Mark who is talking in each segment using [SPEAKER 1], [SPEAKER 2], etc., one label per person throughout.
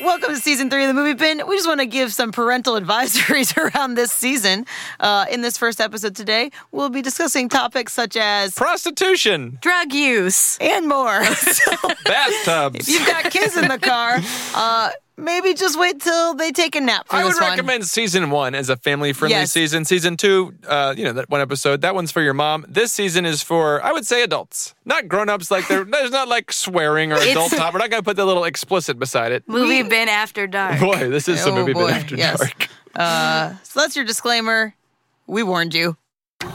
[SPEAKER 1] Welcome to season three of the movie bin. We just want to give some parental advisories around this season. Uh, in this first episode today, we'll be discussing topics such as
[SPEAKER 2] Prostitution,
[SPEAKER 3] Drug use.
[SPEAKER 1] and more. So if
[SPEAKER 2] bathtubs.
[SPEAKER 1] you've got kids in the car, uh, maybe just wait till they take a nap for
[SPEAKER 2] I would
[SPEAKER 1] this one.
[SPEAKER 2] recommend season one as a family friendly
[SPEAKER 1] Yes.
[SPEAKER 2] season. Season two, uh, you know, that one episode, that one's for your mom. This season is for, I would say, adults, not grown ups. Like, they're, there's not like swearing or adult talk. We're not going to put the little explicit beside it.
[SPEAKER 3] Movie bin after dark.
[SPEAKER 2] Boy, this is some
[SPEAKER 1] Oh,
[SPEAKER 2] movie
[SPEAKER 1] boy,
[SPEAKER 2] bit after
[SPEAKER 1] yes.
[SPEAKER 2] dark.
[SPEAKER 1] So that's your disclaimer. We warned you.
[SPEAKER 3] There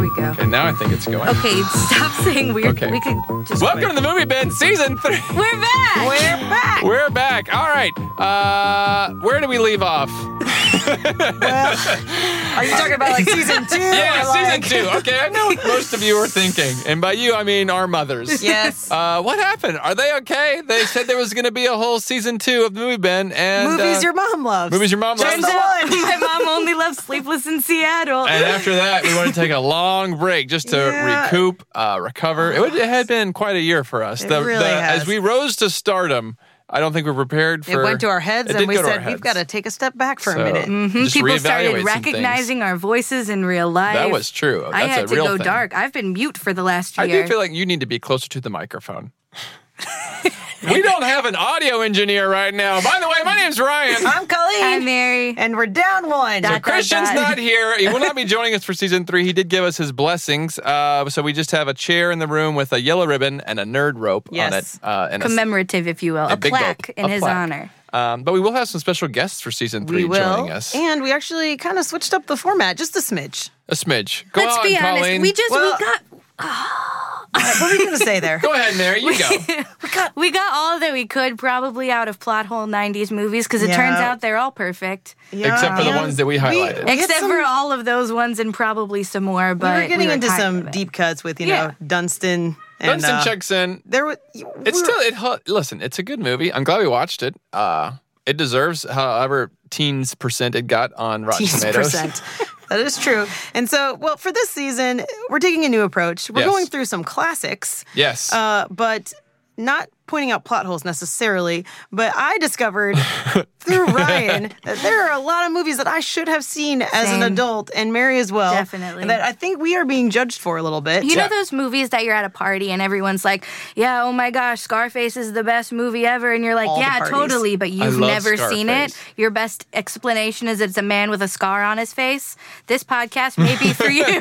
[SPEAKER 3] we go.
[SPEAKER 2] And now I think it's going.
[SPEAKER 3] Okay, stop saying weird.
[SPEAKER 2] Okay.
[SPEAKER 3] We could just.
[SPEAKER 2] Welcome to the movie bin, season three.
[SPEAKER 3] We're back.
[SPEAKER 1] We're back.
[SPEAKER 2] We're back. All right. Uh, where do we leave off?
[SPEAKER 1] Are you talking about like season two?
[SPEAKER 2] Yeah,
[SPEAKER 1] or, like-
[SPEAKER 2] season two. Okay, I know what most of you are thinking, and by you I mean our mothers.
[SPEAKER 1] Yes.
[SPEAKER 2] Uh, what happened? Are they okay? They said there was going to be a whole season two of the movie Ben and
[SPEAKER 1] movies
[SPEAKER 2] uh,
[SPEAKER 1] your mom loves.
[SPEAKER 2] movies your mom
[SPEAKER 1] Turns
[SPEAKER 2] loves.
[SPEAKER 1] out-
[SPEAKER 3] Well, My mom only loves Sleepless in Seattle.
[SPEAKER 2] And after that, we want to take a long break just to
[SPEAKER 1] Yeah.
[SPEAKER 2] recoup, uh, recover. It, would, it had been quite a year for us.
[SPEAKER 1] It really has.
[SPEAKER 2] As we rose to stardom, I don't think we're prepared
[SPEAKER 1] it
[SPEAKER 2] for.
[SPEAKER 1] went to our heads,
[SPEAKER 2] It
[SPEAKER 1] and
[SPEAKER 2] did
[SPEAKER 1] we
[SPEAKER 2] go to our
[SPEAKER 1] said we've
[SPEAKER 2] heads.
[SPEAKER 1] got to take a step back for
[SPEAKER 2] So,
[SPEAKER 1] a minute.
[SPEAKER 2] just
[SPEAKER 3] Mm-hmm. People
[SPEAKER 2] reevaluate
[SPEAKER 3] started
[SPEAKER 2] some things.
[SPEAKER 3] recognizing our voices in real life.
[SPEAKER 2] That was true.
[SPEAKER 3] I
[SPEAKER 2] That's
[SPEAKER 3] had
[SPEAKER 2] a
[SPEAKER 3] to
[SPEAKER 2] real
[SPEAKER 3] go
[SPEAKER 2] thing.
[SPEAKER 3] dark. I've been mute for the last year.
[SPEAKER 2] I do feel like you need to be closer to the microphone. we don't have an audio engineer right now. By the way, my name's Ryan.
[SPEAKER 1] I'm Colleen,
[SPEAKER 3] Hi, Mary.
[SPEAKER 1] and we're down one.
[SPEAKER 3] Dot, dot,
[SPEAKER 2] Christian's
[SPEAKER 3] dot.
[SPEAKER 2] not here. He will not be joining us for season three. He did give us his blessings. Uh, so we just have a chair in the room with a yellow ribbon and a nerd rope
[SPEAKER 1] Yes.
[SPEAKER 2] on it. Uh, and a s-
[SPEAKER 3] commemorative, if you will, a,
[SPEAKER 2] big gulp.
[SPEAKER 3] plaque in
[SPEAKER 2] A
[SPEAKER 3] his
[SPEAKER 2] plaque.
[SPEAKER 3] honor.
[SPEAKER 2] Um, but we will have some special guests for season
[SPEAKER 1] we
[SPEAKER 2] three
[SPEAKER 1] will,
[SPEAKER 2] joining us.
[SPEAKER 1] and we actually kind of switched up the format just a smidge.
[SPEAKER 2] a smidge. Go
[SPEAKER 3] Let's
[SPEAKER 2] on,
[SPEAKER 3] be honest.
[SPEAKER 2] Colleen.
[SPEAKER 3] We just
[SPEAKER 1] Well-
[SPEAKER 3] we got
[SPEAKER 1] All right, what were you going to say there?
[SPEAKER 2] Go ahead, Mary. You go. uh,
[SPEAKER 3] we got all that we could probably out of plot hole '90s movies because it
[SPEAKER 1] Yeah.
[SPEAKER 3] turns out they're all perfect,
[SPEAKER 1] Yeah,
[SPEAKER 2] Except for the
[SPEAKER 1] and
[SPEAKER 2] ones that we highlighted.
[SPEAKER 1] we had
[SPEAKER 3] except
[SPEAKER 1] some-
[SPEAKER 3] for all of those ones and probably some more. But
[SPEAKER 1] we were getting
[SPEAKER 3] were
[SPEAKER 1] into
[SPEAKER 3] tired of
[SPEAKER 1] some
[SPEAKER 3] it.
[SPEAKER 1] deep cuts with you
[SPEAKER 3] Yeah.
[SPEAKER 1] know Dunstan and
[SPEAKER 2] Dunstan
[SPEAKER 1] uh,
[SPEAKER 2] checks in.
[SPEAKER 1] There was
[SPEAKER 2] It's still it. hel- Listen, it's a good movie. I'm glad we watched it. Uh, it deserves however teens percent it got on Rotten Tomatoes.
[SPEAKER 1] percent. That is true. And so, well, for this season, we're taking a new approach. We're
[SPEAKER 2] Yes.
[SPEAKER 1] going through some classics,
[SPEAKER 2] Yes.
[SPEAKER 1] uh, but not pointing out plot holes necessarily. But I discovered through Ryan that there are a lot of movies that I should have seen as an
[SPEAKER 3] Same.
[SPEAKER 1] adult, and Mary as well.
[SPEAKER 3] Definitely.
[SPEAKER 1] That I think we are being judged for a little bit.
[SPEAKER 3] You
[SPEAKER 2] Yeah.
[SPEAKER 3] know those movies that you're at a party and everyone's like, "Yeah, oh my gosh, Scarface is the best movie ever," and you're like,
[SPEAKER 1] All the
[SPEAKER 3] "Yeah,
[SPEAKER 1] parties.
[SPEAKER 3] totally," but you've
[SPEAKER 2] love
[SPEAKER 3] never seen it.
[SPEAKER 2] Scarface.
[SPEAKER 3] Your best explanation is it's a man with a scar on his face. This podcast may be for you.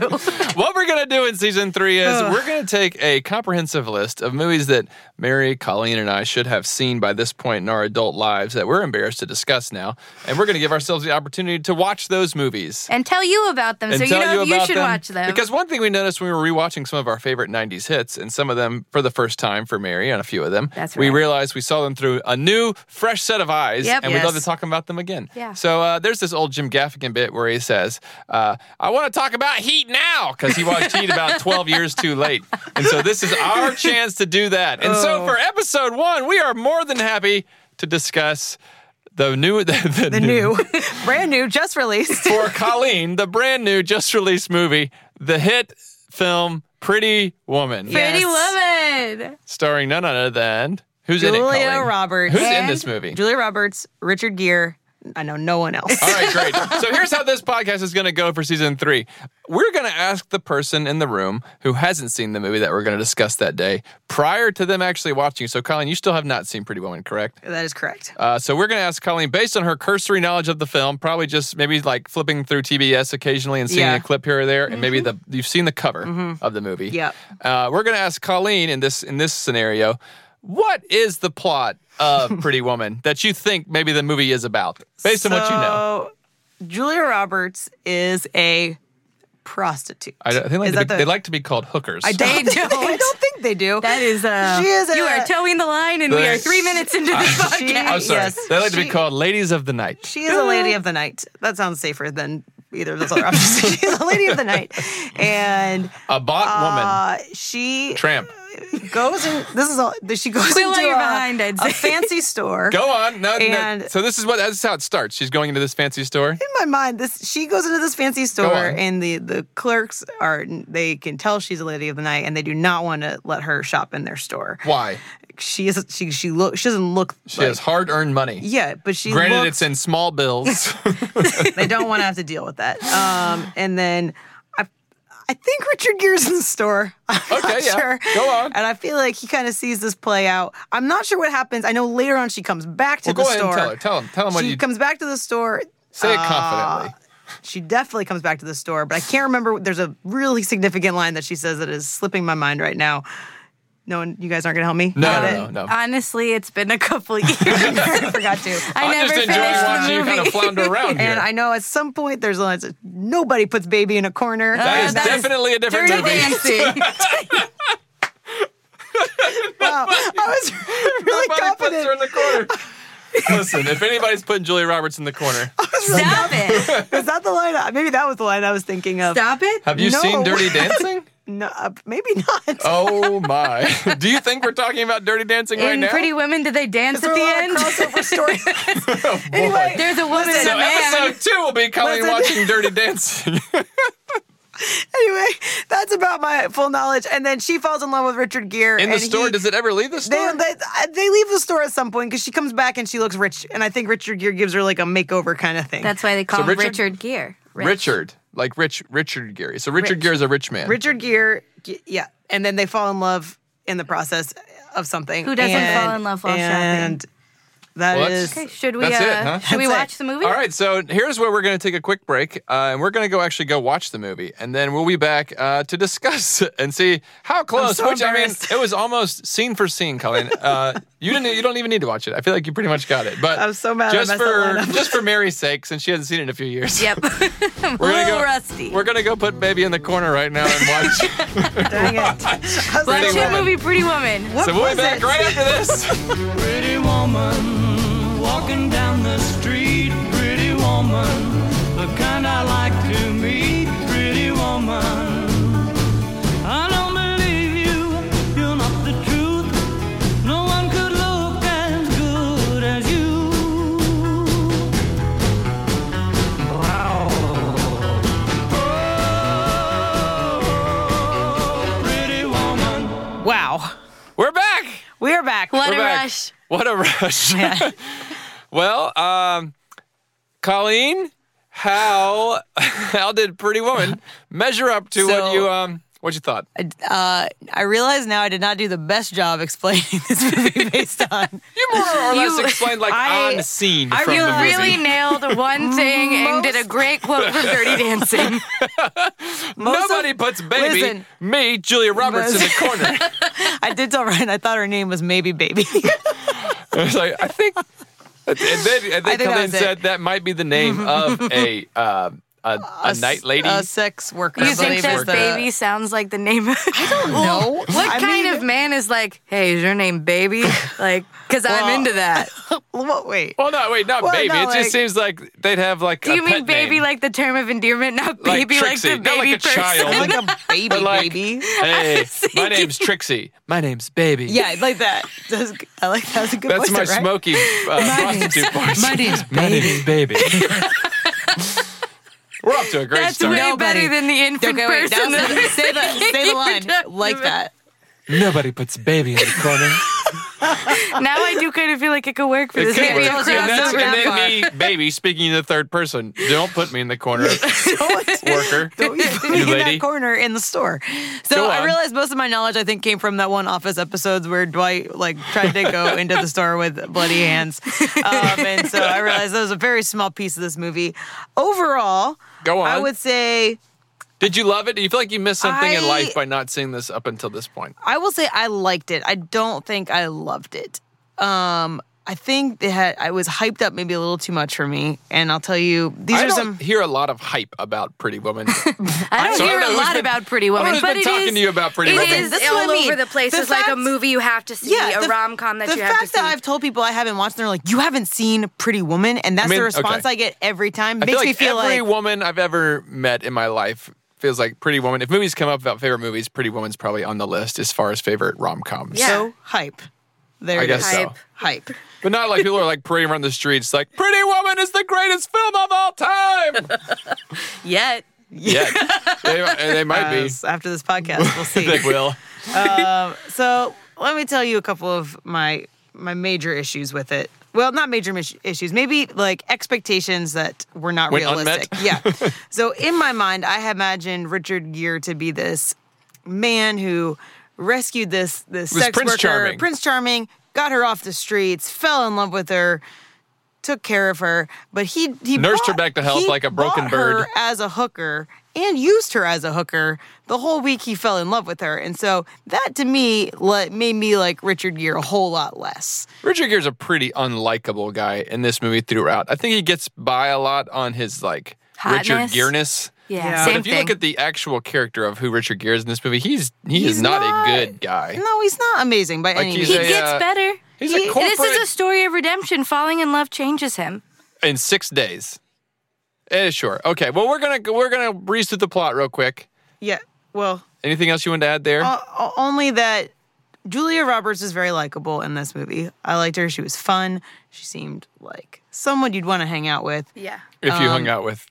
[SPEAKER 2] what we're gonna do in season three is we're gonna take a comprehensive list of movies that Mary, Colleen, and I should have seen by this point in our adult lives that we're embarrassed to discuss now, and we're gonna give ourselves the opportunity to watch those movies.
[SPEAKER 3] and tell you about them,
[SPEAKER 2] And
[SPEAKER 3] so you
[SPEAKER 2] tell
[SPEAKER 3] know
[SPEAKER 2] you
[SPEAKER 3] you,
[SPEAKER 2] about
[SPEAKER 3] should
[SPEAKER 2] them.
[SPEAKER 3] watch them.
[SPEAKER 2] Because one thing we noticed when we were rewatching some of our favorite '90s hits, and some of them for the first time for Mary, and a few of them,
[SPEAKER 3] That's
[SPEAKER 2] we
[SPEAKER 3] right.
[SPEAKER 2] realized we saw them through a new, fresh set of eyes,
[SPEAKER 3] Yep.
[SPEAKER 2] and we'd love
[SPEAKER 1] Yes.
[SPEAKER 2] to talk about them again.
[SPEAKER 3] Yeah.
[SPEAKER 2] So uh, there's this old Jim Gaffigan bit where he says, uh, "I want to talk about Heat now," because he watched Heat about 12 years too late, and so this is our chance to do that. And
[SPEAKER 3] Oh.
[SPEAKER 2] so for episode one, we are more than happy to discuss. The new, the, the
[SPEAKER 1] the new, brand new, just released.
[SPEAKER 2] for Colleen, the brand new, just released movie, the hit film Pretty Woman,
[SPEAKER 1] Yeah.
[SPEAKER 3] Pretty woman.
[SPEAKER 2] starring none other than who's in it?
[SPEAKER 1] Julia
[SPEAKER 2] Colleen?
[SPEAKER 1] Roberts.
[SPEAKER 2] Who's in
[SPEAKER 3] And
[SPEAKER 2] this movie? Oh.
[SPEAKER 1] Julia Roberts, Richard Gere. I know no one else.
[SPEAKER 2] All right, great. So here's how this podcast is going to go for season three. We're going to ask the person in the room who hasn't seen the movie that we're going to discuss that day prior to them actually watching. So, Colleen, you still have not seen Pretty Woman, correct?
[SPEAKER 1] That is correct.
[SPEAKER 2] Uh, so we're going to ask Colleen, based on her cursory knowledge of the film, probably just maybe like flipping through TBS occasionally and seeing
[SPEAKER 1] Yeah. Mm-hmm.
[SPEAKER 2] a clip here or there, and maybe the you've seen the cover of the movie.
[SPEAKER 1] Yep.
[SPEAKER 2] Uh, we're going to ask Colleen in this in this scenario, what is the plot of Pretty Woman that you think maybe the movie is about, based on what you know?
[SPEAKER 1] So, Julia Roberts is a prostitute.
[SPEAKER 2] I, don't- they, like
[SPEAKER 1] Is
[SPEAKER 2] to be,
[SPEAKER 1] that the-
[SPEAKER 2] they like to be called hookers.
[SPEAKER 1] I don't,
[SPEAKER 3] They
[SPEAKER 1] think- I
[SPEAKER 3] don't.
[SPEAKER 1] don't think they do.
[SPEAKER 3] That is uh
[SPEAKER 1] She is
[SPEAKER 3] You
[SPEAKER 1] a-
[SPEAKER 3] are towing the line and we are
[SPEAKER 2] Thanks.
[SPEAKER 3] 3 minutes into this
[SPEAKER 1] She-
[SPEAKER 3] podcast.
[SPEAKER 2] am sorry.
[SPEAKER 1] yes,
[SPEAKER 2] they like to be
[SPEAKER 1] she-
[SPEAKER 2] called ladies of the night.
[SPEAKER 1] She is a lady of the night. That sounds safer than either of those other options. She's a lady of the night, and
[SPEAKER 2] a bot woman.
[SPEAKER 1] uh, she
[SPEAKER 2] Tramp.
[SPEAKER 1] goes in. This is all. She goes
[SPEAKER 3] Quit while
[SPEAKER 1] into
[SPEAKER 3] you're
[SPEAKER 1] a,
[SPEAKER 3] behind, I'd
[SPEAKER 1] a
[SPEAKER 3] say.
[SPEAKER 1] fancy store.
[SPEAKER 2] Go on. No, no.
[SPEAKER 1] And-
[SPEAKER 2] So this is what that's how it starts. She's going into this fancy store.
[SPEAKER 1] in my mind, this she goes into this fancy store,
[SPEAKER 2] on.
[SPEAKER 1] and the the clerks are they can tell she's a lady of the night, and they do not want to let her shop in their store.
[SPEAKER 2] Why?
[SPEAKER 1] She is she she look she doesn't look.
[SPEAKER 2] She
[SPEAKER 1] like-
[SPEAKER 2] has hard-earned money.
[SPEAKER 1] yeah, but she
[SPEAKER 2] Granted,
[SPEAKER 1] looks,
[SPEAKER 2] it's in small bills.
[SPEAKER 1] they don't want to have to deal with that. Um, and then I, I think Richard Gere's in the store. I'm
[SPEAKER 2] Okay,
[SPEAKER 1] not
[SPEAKER 2] yeah.
[SPEAKER 1] sure.
[SPEAKER 2] Go on.
[SPEAKER 1] And I feel like he kind of sees this play out. I'm not sure what happens. I know later on she comes back to
[SPEAKER 2] well,
[SPEAKER 1] the
[SPEAKER 2] go ahead
[SPEAKER 1] store.
[SPEAKER 2] and tell her. Tell him. Tell him what
[SPEAKER 1] she
[SPEAKER 2] you
[SPEAKER 1] comes back to the store.
[SPEAKER 2] say it
[SPEAKER 1] Uh,
[SPEAKER 2] confidently.
[SPEAKER 1] she definitely comes back to the store, but I can't remember. There's a really significant line that she says that is slipping my mind right now. No one, you guys aren't gonna help me.
[SPEAKER 2] No,
[SPEAKER 1] Got
[SPEAKER 2] no,
[SPEAKER 1] it?
[SPEAKER 2] no, no.
[SPEAKER 3] Um, Honestly, it's been a couple years. I
[SPEAKER 1] forgot to.
[SPEAKER 2] I'm
[SPEAKER 3] never
[SPEAKER 2] just enjoying
[SPEAKER 3] finished
[SPEAKER 2] watching
[SPEAKER 3] the
[SPEAKER 2] you
[SPEAKER 3] movie.
[SPEAKER 2] kind of flounder around here.
[SPEAKER 1] And I know at some point there's a line that says, nobody puts baby in a corner.
[SPEAKER 2] that is
[SPEAKER 3] Uh, that is
[SPEAKER 2] definitely a different
[SPEAKER 3] Dirty
[SPEAKER 2] movie.
[SPEAKER 3] Dancing.
[SPEAKER 1] wow, I was really
[SPEAKER 2] Nobody puts
[SPEAKER 1] confident.
[SPEAKER 2] her in the corner. Listen, if anybody's putting Julia Roberts in the corner,
[SPEAKER 3] Stop it.
[SPEAKER 1] Is that the line? I- Maybe that was the line I was thinking of.
[SPEAKER 3] Stop it.
[SPEAKER 2] have you
[SPEAKER 1] No.
[SPEAKER 2] seen Dirty Dancing?
[SPEAKER 1] No, uh, maybe not.
[SPEAKER 2] Oh my! Do you think we're talking about Dirty Dancing right
[SPEAKER 3] In
[SPEAKER 2] now?
[SPEAKER 3] Pretty Women, did they dance
[SPEAKER 1] There
[SPEAKER 3] at
[SPEAKER 1] are
[SPEAKER 3] the
[SPEAKER 1] a
[SPEAKER 3] end?
[SPEAKER 1] lot of crossover stories. anyway,
[SPEAKER 3] There's a woman
[SPEAKER 1] Listen,
[SPEAKER 2] so
[SPEAKER 3] and a man.
[SPEAKER 2] episode two will be Colleen
[SPEAKER 1] Listen.
[SPEAKER 2] watching Dirty Dancing.
[SPEAKER 1] anyway, that's about my full knowledge. And then she falls in love with Richard Gere.
[SPEAKER 2] In the
[SPEAKER 1] and
[SPEAKER 2] store,
[SPEAKER 1] he-
[SPEAKER 2] does it ever leave the
[SPEAKER 1] They,
[SPEAKER 2] store?
[SPEAKER 1] they, uh, they leave the store at some point because she comes back and she looks rich. And I think Richard Gere gives her like a makeover kind of thing.
[SPEAKER 3] That's why they call
[SPEAKER 2] So
[SPEAKER 3] him
[SPEAKER 2] Richard-
[SPEAKER 3] Richard, Gere. Rich.
[SPEAKER 2] Richard, like Rich, Richard Gary. So Richard
[SPEAKER 3] Rich.
[SPEAKER 2] Gere is a rich man.
[SPEAKER 1] Richard Gere, g- yeah. And then they fall in love in the process of something.
[SPEAKER 3] Who doesn't
[SPEAKER 1] And-
[SPEAKER 3] fall in love while shopping?
[SPEAKER 1] and that
[SPEAKER 2] Well,
[SPEAKER 1] is-
[SPEAKER 2] that's-
[SPEAKER 3] Okay, should we?
[SPEAKER 2] That's
[SPEAKER 3] uh,
[SPEAKER 2] it, huh?
[SPEAKER 3] Should we
[SPEAKER 1] That's it.
[SPEAKER 3] watch the movie?
[SPEAKER 2] All right, so here's where we're going to take a quick break, uh, and we're going to go actually go watch the movie, and then we'll be back uh, to discuss and see how close.
[SPEAKER 1] so
[SPEAKER 2] which I mean,
[SPEAKER 1] embarrassed.
[SPEAKER 2] it was almost scene for scene, Colleen. Uh, you didn't. You don't even need to watch it. I feel like you pretty much got it. But
[SPEAKER 1] I'm so mad I
[SPEAKER 2] Just
[SPEAKER 1] messed that
[SPEAKER 2] for
[SPEAKER 1] line up.
[SPEAKER 2] just for Mary's sake, since she hasn't seen it in a few years.
[SPEAKER 3] Yep. I'm a
[SPEAKER 2] We're gonna
[SPEAKER 3] little
[SPEAKER 2] go,
[SPEAKER 3] rusty.
[SPEAKER 2] We're gonna go put baby in the corner right now and watch.
[SPEAKER 1] Dang it. I was like,
[SPEAKER 3] Watch
[SPEAKER 2] Pretty
[SPEAKER 3] the
[SPEAKER 2] Woman.
[SPEAKER 3] movie Pretty Woman.
[SPEAKER 1] what
[SPEAKER 2] so we'll
[SPEAKER 1] was
[SPEAKER 2] be back
[SPEAKER 1] it?
[SPEAKER 2] right after this.
[SPEAKER 4] Pretty woman, walking down the street. Pretty woman, the kind I like to meet. Pretty woman, I don't believe you. You're not the truth. No one could look as good as you. Wow. Oh, pretty woman.
[SPEAKER 1] Wow.
[SPEAKER 2] We're back.
[SPEAKER 1] We are back.
[SPEAKER 3] What
[SPEAKER 2] We're
[SPEAKER 3] a
[SPEAKER 2] back.
[SPEAKER 3] rush.
[SPEAKER 2] What a rush. well, um, Colleen, how how did Pretty Woman measure up to what
[SPEAKER 1] So-
[SPEAKER 2] you um what you thought?
[SPEAKER 1] Uh, I realize now I did not do the best job explaining this movie based on.
[SPEAKER 2] You more or less
[SPEAKER 3] You-
[SPEAKER 2] explained like
[SPEAKER 1] I-
[SPEAKER 2] on scene
[SPEAKER 1] I
[SPEAKER 2] from
[SPEAKER 3] You
[SPEAKER 2] the movie.
[SPEAKER 3] really nailed one thing and did a
[SPEAKER 1] Most-
[SPEAKER 3] great quote from Dirty Dancing.
[SPEAKER 1] Most of-
[SPEAKER 2] Nobody puts baby
[SPEAKER 1] Listen.
[SPEAKER 2] me Julia Roberts in the corner.
[SPEAKER 1] I did tell Ryan I thought her name was Maybe Baby.
[SPEAKER 2] I was like, I think. And then, and then
[SPEAKER 1] think that
[SPEAKER 2] Colleen
[SPEAKER 1] was it.
[SPEAKER 2] said that might be the name of a uh, a, a, night lady.
[SPEAKER 1] A sex worker.
[SPEAKER 3] You
[SPEAKER 1] I believe
[SPEAKER 3] think
[SPEAKER 1] is
[SPEAKER 3] that
[SPEAKER 1] the-
[SPEAKER 3] baby sounds like the name? I don't
[SPEAKER 1] know.
[SPEAKER 3] What
[SPEAKER 1] I
[SPEAKER 3] kind
[SPEAKER 1] mean-
[SPEAKER 3] of man is like, hey, is your name baby? Like, because
[SPEAKER 1] Well-
[SPEAKER 3] I'm into that.
[SPEAKER 1] What, wait.
[SPEAKER 2] well, no, wait, not
[SPEAKER 1] Well,
[SPEAKER 2] baby.
[SPEAKER 1] no,
[SPEAKER 2] it
[SPEAKER 1] like-
[SPEAKER 2] just seems like they'd have like.
[SPEAKER 3] Do
[SPEAKER 2] a
[SPEAKER 3] you mean
[SPEAKER 2] pet
[SPEAKER 3] baby
[SPEAKER 2] name.
[SPEAKER 3] like the term of endearment, not
[SPEAKER 2] Like
[SPEAKER 3] baby like,
[SPEAKER 2] Trixie,
[SPEAKER 3] the
[SPEAKER 2] not
[SPEAKER 3] baby
[SPEAKER 2] like a
[SPEAKER 3] person?
[SPEAKER 2] child.
[SPEAKER 1] Like a baby,
[SPEAKER 2] like-
[SPEAKER 1] baby.
[SPEAKER 2] Hey, my name's Trixie. My name's Baby.
[SPEAKER 1] Yeah, like that. That was- I like that was a good
[SPEAKER 2] That's
[SPEAKER 1] voice,
[SPEAKER 2] my
[SPEAKER 1] right?
[SPEAKER 2] smoky uh, prostitute voice.
[SPEAKER 5] My name's
[SPEAKER 2] My name is Baby. We're off to a great
[SPEAKER 3] That's
[SPEAKER 2] start.
[SPEAKER 3] way
[SPEAKER 5] Nobody-
[SPEAKER 3] better than the infant
[SPEAKER 1] Okay, wait.
[SPEAKER 3] person.
[SPEAKER 1] That was, say the say the line like that.
[SPEAKER 2] Nobody puts baby in the corner.
[SPEAKER 3] now I do kind of feel like it could work for this.
[SPEAKER 2] Good
[SPEAKER 3] Maybe
[SPEAKER 2] work.
[SPEAKER 3] I'll
[SPEAKER 2] and
[SPEAKER 3] cross
[SPEAKER 2] that's
[SPEAKER 3] over
[SPEAKER 2] and
[SPEAKER 3] that far.
[SPEAKER 2] then me, baby, speaking in the third person. Don't put me in the corner, worker.
[SPEAKER 1] Don't you put me
[SPEAKER 2] You
[SPEAKER 1] in
[SPEAKER 2] lady.
[SPEAKER 1] that corner in the store.
[SPEAKER 2] Go
[SPEAKER 1] So I
[SPEAKER 2] on.
[SPEAKER 1] realized most of my knowledge I think came from that one Office episodes where Dwight like tried to go into the store with bloody hands, um, and so I realized that was a very small piece of this movie. Overall,
[SPEAKER 2] Go on.
[SPEAKER 1] I would say
[SPEAKER 2] Did you love it? Do you feel like you missed something in
[SPEAKER 1] I-
[SPEAKER 2] life by not seeing this up until this point?
[SPEAKER 1] I will say I liked it. I don't think I loved it. Um, I think it had I was hyped up maybe a little too much for me, and I'll tell you these
[SPEAKER 2] I
[SPEAKER 1] are
[SPEAKER 2] don't
[SPEAKER 1] some.
[SPEAKER 2] hear a lot of hype about Pretty Woman.
[SPEAKER 3] I
[SPEAKER 2] So
[SPEAKER 3] don't
[SPEAKER 2] I
[SPEAKER 3] hear
[SPEAKER 2] don't know
[SPEAKER 3] a
[SPEAKER 2] who's
[SPEAKER 3] lot
[SPEAKER 2] been-
[SPEAKER 3] about
[SPEAKER 2] I
[SPEAKER 3] Pretty
[SPEAKER 2] don't know
[SPEAKER 3] Woman,
[SPEAKER 2] who's
[SPEAKER 3] but
[SPEAKER 2] been
[SPEAKER 3] it
[SPEAKER 2] talking
[SPEAKER 3] is-
[SPEAKER 2] to you about Pretty
[SPEAKER 3] it
[SPEAKER 2] Women.
[SPEAKER 3] is
[SPEAKER 1] This is
[SPEAKER 3] all
[SPEAKER 1] what I mean.
[SPEAKER 3] over the place.
[SPEAKER 1] The
[SPEAKER 3] it's like
[SPEAKER 1] fact-
[SPEAKER 3] a movie you have to see, a
[SPEAKER 1] the-
[SPEAKER 3] rom com that
[SPEAKER 1] the
[SPEAKER 3] you have to
[SPEAKER 1] fact
[SPEAKER 3] see.
[SPEAKER 1] that I've told people I haven't watched, and they're like, "You haven't seen Pretty Woman," and that's
[SPEAKER 2] mean,
[SPEAKER 1] the response
[SPEAKER 2] okay.
[SPEAKER 1] I get every time.
[SPEAKER 2] I
[SPEAKER 1] Makes
[SPEAKER 2] feel like
[SPEAKER 1] me feel
[SPEAKER 2] every
[SPEAKER 1] like
[SPEAKER 2] woman I've ever met in my life feels like Pretty Woman. If movies come up about favorite movies, Pretty Woman's probably on the list as far as favorite rom coms.
[SPEAKER 3] Yeah.
[SPEAKER 1] So hype. There
[SPEAKER 2] I
[SPEAKER 1] it
[SPEAKER 2] guess
[SPEAKER 1] is.
[SPEAKER 2] so.
[SPEAKER 3] Hype.
[SPEAKER 1] Hype.
[SPEAKER 2] But not like people are like parading around the streets like Pretty Woman is the greatest film of all time.
[SPEAKER 3] Yet.
[SPEAKER 2] yeah, they, they might
[SPEAKER 1] Uh,
[SPEAKER 2] be.
[SPEAKER 1] s- after this podcast, we'll see.
[SPEAKER 2] They will.
[SPEAKER 1] So let me tell you a couple of my my major issues with it. Well, not major mis- issues, maybe like expectations that were not
[SPEAKER 2] Went
[SPEAKER 1] realistic. Yeah. so in my mind, I had imagined Richard Gere to be this man who rescued this this
[SPEAKER 2] was
[SPEAKER 1] sex
[SPEAKER 2] Prince
[SPEAKER 1] worker,
[SPEAKER 2] Charming.
[SPEAKER 1] Prince Charming, got her off the streets, fell in love with her. Took care of her, but he he
[SPEAKER 2] Nursed her
[SPEAKER 1] bought-
[SPEAKER 2] back to health
[SPEAKER 1] he
[SPEAKER 2] like a broken
[SPEAKER 1] bought her
[SPEAKER 2] bird.
[SPEAKER 1] as a hooker and used her as a hooker the whole week he fell in love with her. And so that to me le- made me like Richard Gere a whole lot less.
[SPEAKER 2] Richard Gere's a pretty unlikable guy in this movie throughout. I think he gets by a lot on his like Richard
[SPEAKER 3] Hotness?
[SPEAKER 2] Gereness.
[SPEAKER 3] Yeah.
[SPEAKER 1] Yeah. But
[SPEAKER 2] But
[SPEAKER 3] Same
[SPEAKER 2] if you
[SPEAKER 3] thing.
[SPEAKER 2] look at the actual character of who Richard Gere is in this movie, he's he
[SPEAKER 1] He's
[SPEAKER 2] is not,
[SPEAKER 1] not-
[SPEAKER 2] a good guy.
[SPEAKER 1] No, he's not amazing by any
[SPEAKER 2] he's
[SPEAKER 1] means.
[SPEAKER 3] he
[SPEAKER 2] a,
[SPEAKER 3] gets
[SPEAKER 2] uh,
[SPEAKER 3] better.
[SPEAKER 2] He's
[SPEAKER 1] He-
[SPEAKER 2] a
[SPEAKER 1] this
[SPEAKER 2] corporate
[SPEAKER 3] This is a story of redemption. Falling in love changes him.
[SPEAKER 2] in six days. Eh, sure. Okay. Well, we're gonna we're gonna breeze through the plot real quick.
[SPEAKER 1] Yeah. Well,
[SPEAKER 2] Anything else you want to add there?
[SPEAKER 3] Uh,
[SPEAKER 1] o- o- only that Julia Roberts is very likable in this movie. I liked her. She was fun. She seemed like someone you'd want to hang out with.
[SPEAKER 3] Yeah.
[SPEAKER 2] if you hung out with,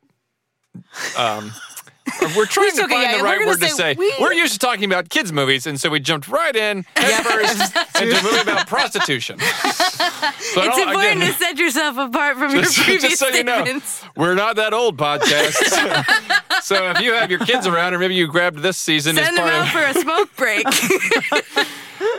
[SPEAKER 2] um, we're trying to
[SPEAKER 1] okay,
[SPEAKER 2] find
[SPEAKER 1] yeah,
[SPEAKER 2] the
[SPEAKER 1] we're
[SPEAKER 2] right
[SPEAKER 1] gonna
[SPEAKER 2] word to
[SPEAKER 1] say
[SPEAKER 2] say.
[SPEAKER 1] we-
[SPEAKER 2] We're used to talking about kids movies, and so we jumped right in head first into a movie about prostitution. So I
[SPEAKER 3] It's
[SPEAKER 2] don't-
[SPEAKER 3] important
[SPEAKER 2] Oh, again,
[SPEAKER 3] to set yourself apart from your
[SPEAKER 2] just,
[SPEAKER 3] previous
[SPEAKER 2] just so you know,
[SPEAKER 3] statements.
[SPEAKER 2] we're not that old podcast. so if you have your kids around, or maybe you grabbed this season as
[SPEAKER 3] Send them
[SPEAKER 2] part
[SPEAKER 3] out
[SPEAKER 2] of,
[SPEAKER 3] for a smoke break.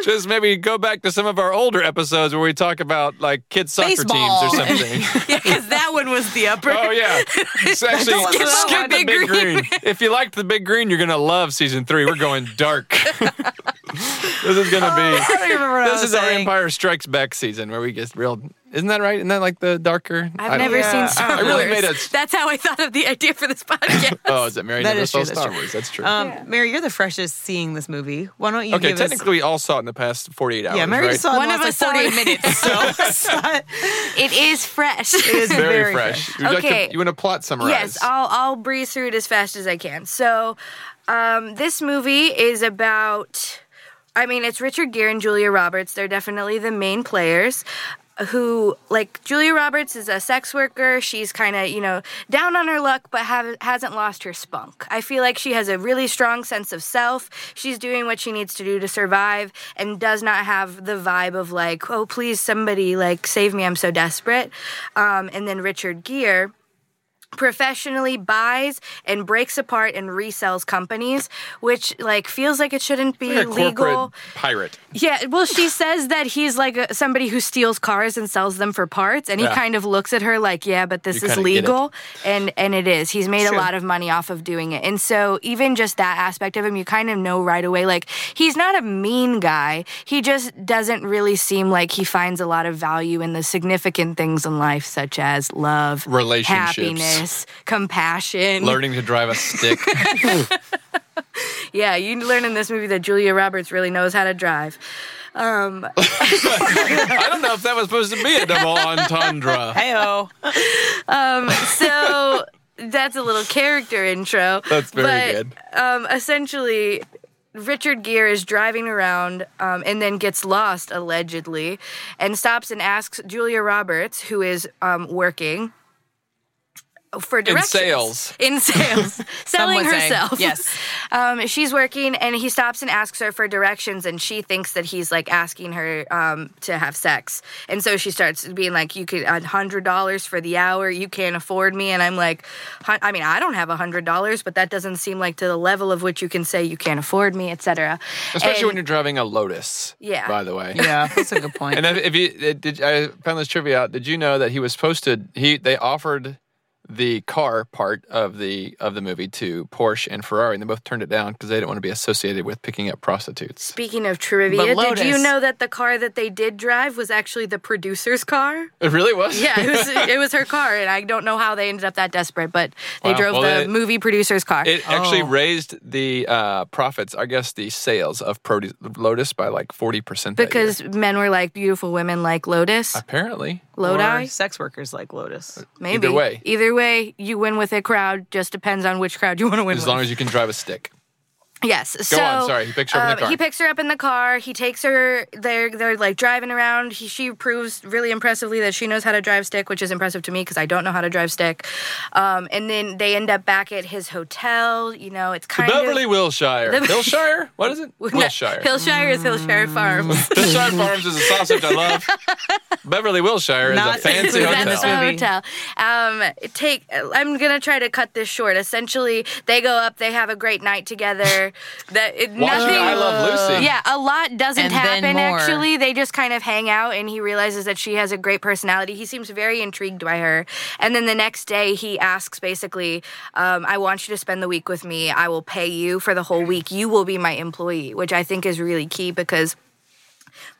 [SPEAKER 2] just maybe go back to some of our older episodes where we talk about like kids soccer
[SPEAKER 1] Baseball.
[SPEAKER 2] teams or something.
[SPEAKER 3] yeah, because that one was the upper.
[SPEAKER 2] Oh yeah, it's actually
[SPEAKER 1] Don't
[SPEAKER 2] skip,
[SPEAKER 1] listen to
[SPEAKER 2] skip
[SPEAKER 3] that
[SPEAKER 2] the
[SPEAKER 3] one.
[SPEAKER 2] big
[SPEAKER 3] Big
[SPEAKER 2] green. If you liked the big green, you're gonna love season three. We're going dark. this is gonna
[SPEAKER 1] Oh, I
[SPEAKER 2] be.
[SPEAKER 1] don't remember what I
[SPEAKER 2] This
[SPEAKER 1] was
[SPEAKER 2] is our
[SPEAKER 1] saying.
[SPEAKER 2] Empire Strikes Back season where we get real. Isn't that right? Isn't that like the darker? I
[SPEAKER 3] I've
[SPEAKER 2] don't-
[SPEAKER 3] never
[SPEAKER 1] Yeah,
[SPEAKER 3] seen Star
[SPEAKER 2] I really
[SPEAKER 3] Wars.
[SPEAKER 2] made a-
[SPEAKER 3] That's how I thought of the idea for this podcast.
[SPEAKER 2] Oh, is it Mary
[SPEAKER 1] That
[SPEAKER 2] never
[SPEAKER 1] is
[SPEAKER 2] saw
[SPEAKER 1] true, that's
[SPEAKER 2] Star
[SPEAKER 1] true.
[SPEAKER 2] Wars? That's true.
[SPEAKER 1] Um, Mary, you're the freshest seeing this movie. Why don't you
[SPEAKER 2] okay,
[SPEAKER 1] give us?
[SPEAKER 2] technically, we all saw it in the past 48 hours.
[SPEAKER 1] Yeah, Mary
[SPEAKER 2] right?
[SPEAKER 1] saw it in
[SPEAKER 3] One
[SPEAKER 1] the
[SPEAKER 3] of us
[SPEAKER 1] last,
[SPEAKER 3] saw
[SPEAKER 1] like,
[SPEAKER 3] it.
[SPEAKER 1] 48 minutes. So it's not-
[SPEAKER 3] it is fresh.
[SPEAKER 1] it is
[SPEAKER 2] very,
[SPEAKER 1] very
[SPEAKER 2] fresh. Would you like to-
[SPEAKER 3] Okay.
[SPEAKER 2] you want to plot summarize?
[SPEAKER 3] Yes, I'll I'll breeze through it as fast as I can. So, um, this movie is about. I mean, it's Richard Gere and Julia Roberts. They're definitely the main players. Who like Julia Roberts is a sex worker. She's kind of you know down on her luck, but have, hasn't lost her spunk. I feel like she has a really strong sense of self. She's doing what she needs to do to survive, and does not have the vibe of like, oh please somebody like save me, I'm so desperate. Um, and then Richard Gere professionally buys and breaks apart and resells companies which like feels like it shouldn't be
[SPEAKER 2] Like a corporate
[SPEAKER 3] legal
[SPEAKER 2] pirate.
[SPEAKER 3] yeah well she says that he's like a, somebody who steals cars and sells them for parts and
[SPEAKER 2] Yeah.
[SPEAKER 3] he kind of looks at her like yeah but this
[SPEAKER 2] You
[SPEAKER 3] is
[SPEAKER 2] kinda get it.
[SPEAKER 3] legal and and it is he's made
[SPEAKER 1] Sure.
[SPEAKER 3] a lot of money off of doing it and so even just that aspect of him you kind of know right away like he's not a mean guy he just doesn't really seem like he finds a lot of value in the significant things in life such as love
[SPEAKER 2] Relationships.
[SPEAKER 3] happiness compassion
[SPEAKER 2] Learning to drive a stick.
[SPEAKER 3] yeah you learn in this movie that julia roberts really knows how to drive um
[SPEAKER 2] I don't know if that was supposed to be a double entendre.
[SPEAKER 1] Heyo.
[SPEAKER 3] so that's a little character intro.
[SPEAKER 2] That's very
[SPEAKER 3] but,
[SPEAKER 2] good.
[SPEAKER 3] Um, essentially, Richard Gere is driving around um, and then gets lost allegedly, and stops and asks Julia Roberts, who is um, working. For directions.
[SPEAKER 2] sales.
[SPEAKER 3] In sales. Selling
[SPEAKER 1] Someone saying,
[SPEAKER 3] herself.
[SPEAKER 1] yes.
[SPEAKER 3] Um, she's working and he stops and asks her for directions and she thinks that he's like asking her um, to have sex and so she starts being like you could a hundred dollars for the hour you can't afford me and i'm like "Hun- i mean i don't have a hundred dollars but that doesn't seem like to the level of which you can say you can't afford me etc
[SPEAKER 2] Especially when you're driving a Lotus.
[SPEAKER 3] Yeah.
[SPEAKER 2] By the way.
[SPEAKER 1] Yeah, that's a good point.
[SPEAKER 2] And if, if you it- did, I found this trivia out. Did you know that he was posted? He they offered the car part of the of the movie to Porsche and Ferrari, and they both turned it down because they didn't want to be associated with picking up prostitutes.
[SPEAKER 3] Speaking of
[SPEAKER 1] But
[SPEAKER 3] trivia, did you
[SPEAKER 1] Lotus-
[SPEAKER 3] know that the car that they did drive was actually the producer's car?
[SPEAKER 2] It really was.
[SPEAKER 3] Yeah, it was it was her car, and I don't know how they ended up that desperate, but they
[SPEAKER 2] Wow.
[SPEAKER 3] drove
[SPEAKER 2] Well,
[SPEAKER 3] the
[SPEAKER 2] it-
[SPEAKER 3] movie producer's car.
[SPEAKER 2] It actually
[SPEAKER 1] Oh.
[SPEAKER 2] raised the uh, profits, I guess, the sales of produce, Lotus by like forty percent.
[SPEAKER 3] Because men were like beautiful women like Lotus.
[SPEAKER 2] apparently,
[SPEAKER 3] Lodi?
[SPEAKER 1] Or sex workers like Lotus.
[SPEAKER 3] Maybe.
[SPEAKER 2] Either way.
[SPEAKER 3] Either way, you win with a crowd. Just depends on which crowd you want to win
[SPEAKER 2] As
[SPEAKER 3] with.
[SPEAKER 2] long as you can drive a stick.
[SPEAKER 3] Yes.
[SPEAKER 2] Go
[SPEAKER 3] so,
[SPEAKER 2] on, sorry, he picks her up in the
[SPEAKER 3] um,
[SPEAKER 2] car.
[SPEAKER 3] He picks her up in the car. He takes her. They're they're like driving around. He, she proves really impressively that she knows how to drive stick, which is impressive to me because I don't know how to drive stick. Um, and then they end up back at his hotel. You know, it's kind
[SPEAKER 2] Beverly
[SPEAKER 3] of
[SPEAKER 2] Wilshire.
[SPEAKER 3] The-
[SPEAKER 2] Wilshire? What is it? Wilshire. Mm.
[SPEAKER 3] Hillshire is Hillshire Farms.
[SPEAKER 2] Wilshire Farms is a sausage I love. Beverly Wilshire is
[SPEAKER 1] Not
[SPEAKER 2] a fancy
[SPEAKER 1] included in this
[SPEAKER 2] hotel.
[SPEAKER 1] movie.
[SPEAKER 3] hotel. Um, take. I'm gonna try to cut this short. Essentially, they go up. They have a great night together. that it,
[SPEAKER 2] Watch
[SPEAKER 3] nothing.
[SPEAKER 2] me, I Love Lucy.
[SPEAKER 3] Yeah, a lot doesn't
[SPEAKER 1] And then
[SPEAKER 3] happen.
[SPEAKER 1] more.
[SPEAKER 3] Actually, they just kind of hang out, and he realizes that she has a great personality. He seems very intrigued by her, and then the next day he asks, basically, um, "I want you to spend the week with me. I will pay you for the whole week. You will be my employee," which I think is really key because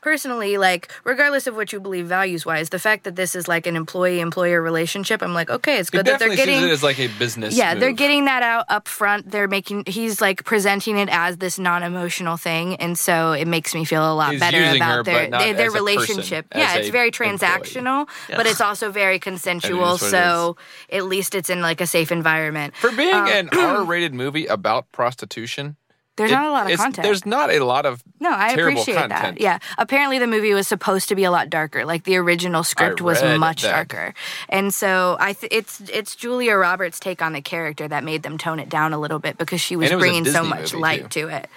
[SPEAKER 3] personally, like, regardless of what you believe values wise, the fact that this is like an employee employer relationship, I'm like, okay, it's
[SPEAKER 2] It
[SPEAKER 3] good that they're
[SPEAKER 2] definitely sees
[SPEAKER 3] getting.
[SPEAKER 2] it as like a business.
[SPEAKER 3] yeah, they're
[SPEAKER 2] move.
[SPEAKER 3] getting that out up front. They're making he's like presenting it as this non-emotional thing, and so it makes me feel a lot
[SPEAKER 2] He's
[SPEAKER 3] better
[SPEAKER 2] using her,
[SPEAKER 3] about their
[SPEAKER 2] but not
[SPEAKER 3] their, their
[SPEAKER 2] as a person,
[SPEAKER 3] relationship.
[SPEAKER 2] as
[SPEAKER 3] yeah,
[SPEAKER 2] a
[SPEAKER 3] it's very
[SPEAKER 2] employee.
[SPEAKER 3] transactional, but it's also very consensual.
[SPEAKER 2] what it
[SPEAKER 3] So at least it's in like a safe environment.
[SPEAKER 2] For being an R-rated movie about prostitution,
[SPEAKER 3] There's
[SPEAKER 2] it-
[SPEAKER 3] not a lot of
[SPEAKER 2] it's-
[SPEAKER 3] content.
[SPEAKER 2] There's not a lot of
[SPEAKER 3] No, I
[SPEAKER 2] terrible
[SPEAKER 3] appreciate
[SPEAKER 2] content.
[SPEAKER 3] that. Yeah. Apparently the movie was supposed to be a lot darker. Like the original script was
[SPEAKER 2] read
[SPEAKER 3] much
[SPEAKER 2] that.
[SPEAKER 3] darker. And so I th- it's it's Julia Roberts' take on the character that made them tone it down a little bit because she was
[SPEAKER 2] And it was a
[SPEAKER 3] bringing so
[SPEAKER 2] Disney
[SPEAKER 3] much
[SPEAKER 2] movie,
[SPEAKER 3] light to it.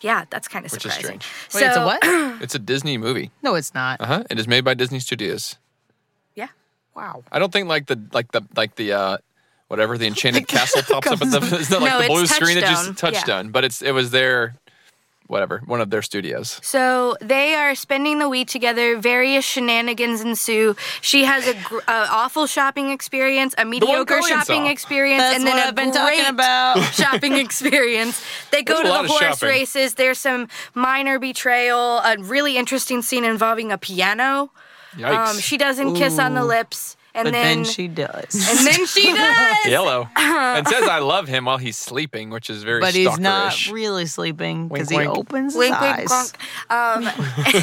[SPEAKER 3] Yeah, that's kind of
[SPEAKER 2] Which is
[SPEAKER 3] surprising.
[SPEAKER 2] strange.
[SPEAKER 1] Wait, it's a what?
[SPEAKER 2] It's a Disney movie.
[SPEAKER 1] No, it's not.
[SPEAKER 2] Uh huh. It is made by Disney Studios.
[SPEAKER 3] Yeah.
[SPEAKER 1] Wow.
[SPEAKER 2] I don't think like the like the like the uh whatever the enchanted castle pops up at the it's not like
[SPEAKER 3] No,
[SPEAKER 2] the
[SPEAKER 3] it's
[SPEAKER 2] blue screen that just
[SPEAKER 3] Touchstone. Yeah.
[SPEAKER 2] touchdown, but it's it was their whatever, one of their studios.
[SPEAKER 3] So they are spending the week together. Various shenanigans ensue. She has a, gr- a awful shopping experience, a mediocre
[SPEAKER 2] Korean
[SPEAKER 3] shopping
[SPEAKER 2] saw.
[SPEAKER 3] experience,
[SPEAKER 1] That's
[SPEAKER 3] and then
[SPEAKER 1] what
[SPEAKER 3] a
[SPEAKER 1] I've been talking
[SPEAKER 3] great
[SPEAKER 1] about.
[SPEAKER 3] shopping experience. They go
[SPEAKER 2] There's a
[SPEAKER 3] to
[SPEAKER 2] lot
[SPEAKER 3] the
[SPEAKER 2] of
[SPEAKER 3] horse
[SPEAKER 2] shopping.
[SPEAKER 3] races. There's some minor betrayal, a really interesting scene involving a piano.
[SPEAKER 2] Yikes.
[SPEAKER 3] Um, she doesn't kiss on the lips, and
[SPEAKER 1] But
[SPEAKER 3] then,
[SPEAKER 1] then she does.
[SPEAKER 3] and then she does. Uh-huh.
[SPEAKER 2] Yellow. and says I love him while he's sleeping, which is very
[SPEAKER 1] But he's not
[SPEAKER 2] stalkerish.
[SPEAKER 1] really sleeping because
[SPEAKER 2] Wink,
[SPEAKER 1] he
[SPEAKER 2] wink.
[SPEAKER 1] opens his
[SPEAKER 3] Wink, wink,
[SPEAKER 1] eyes.
[SPEAKER 3] wonk. Um,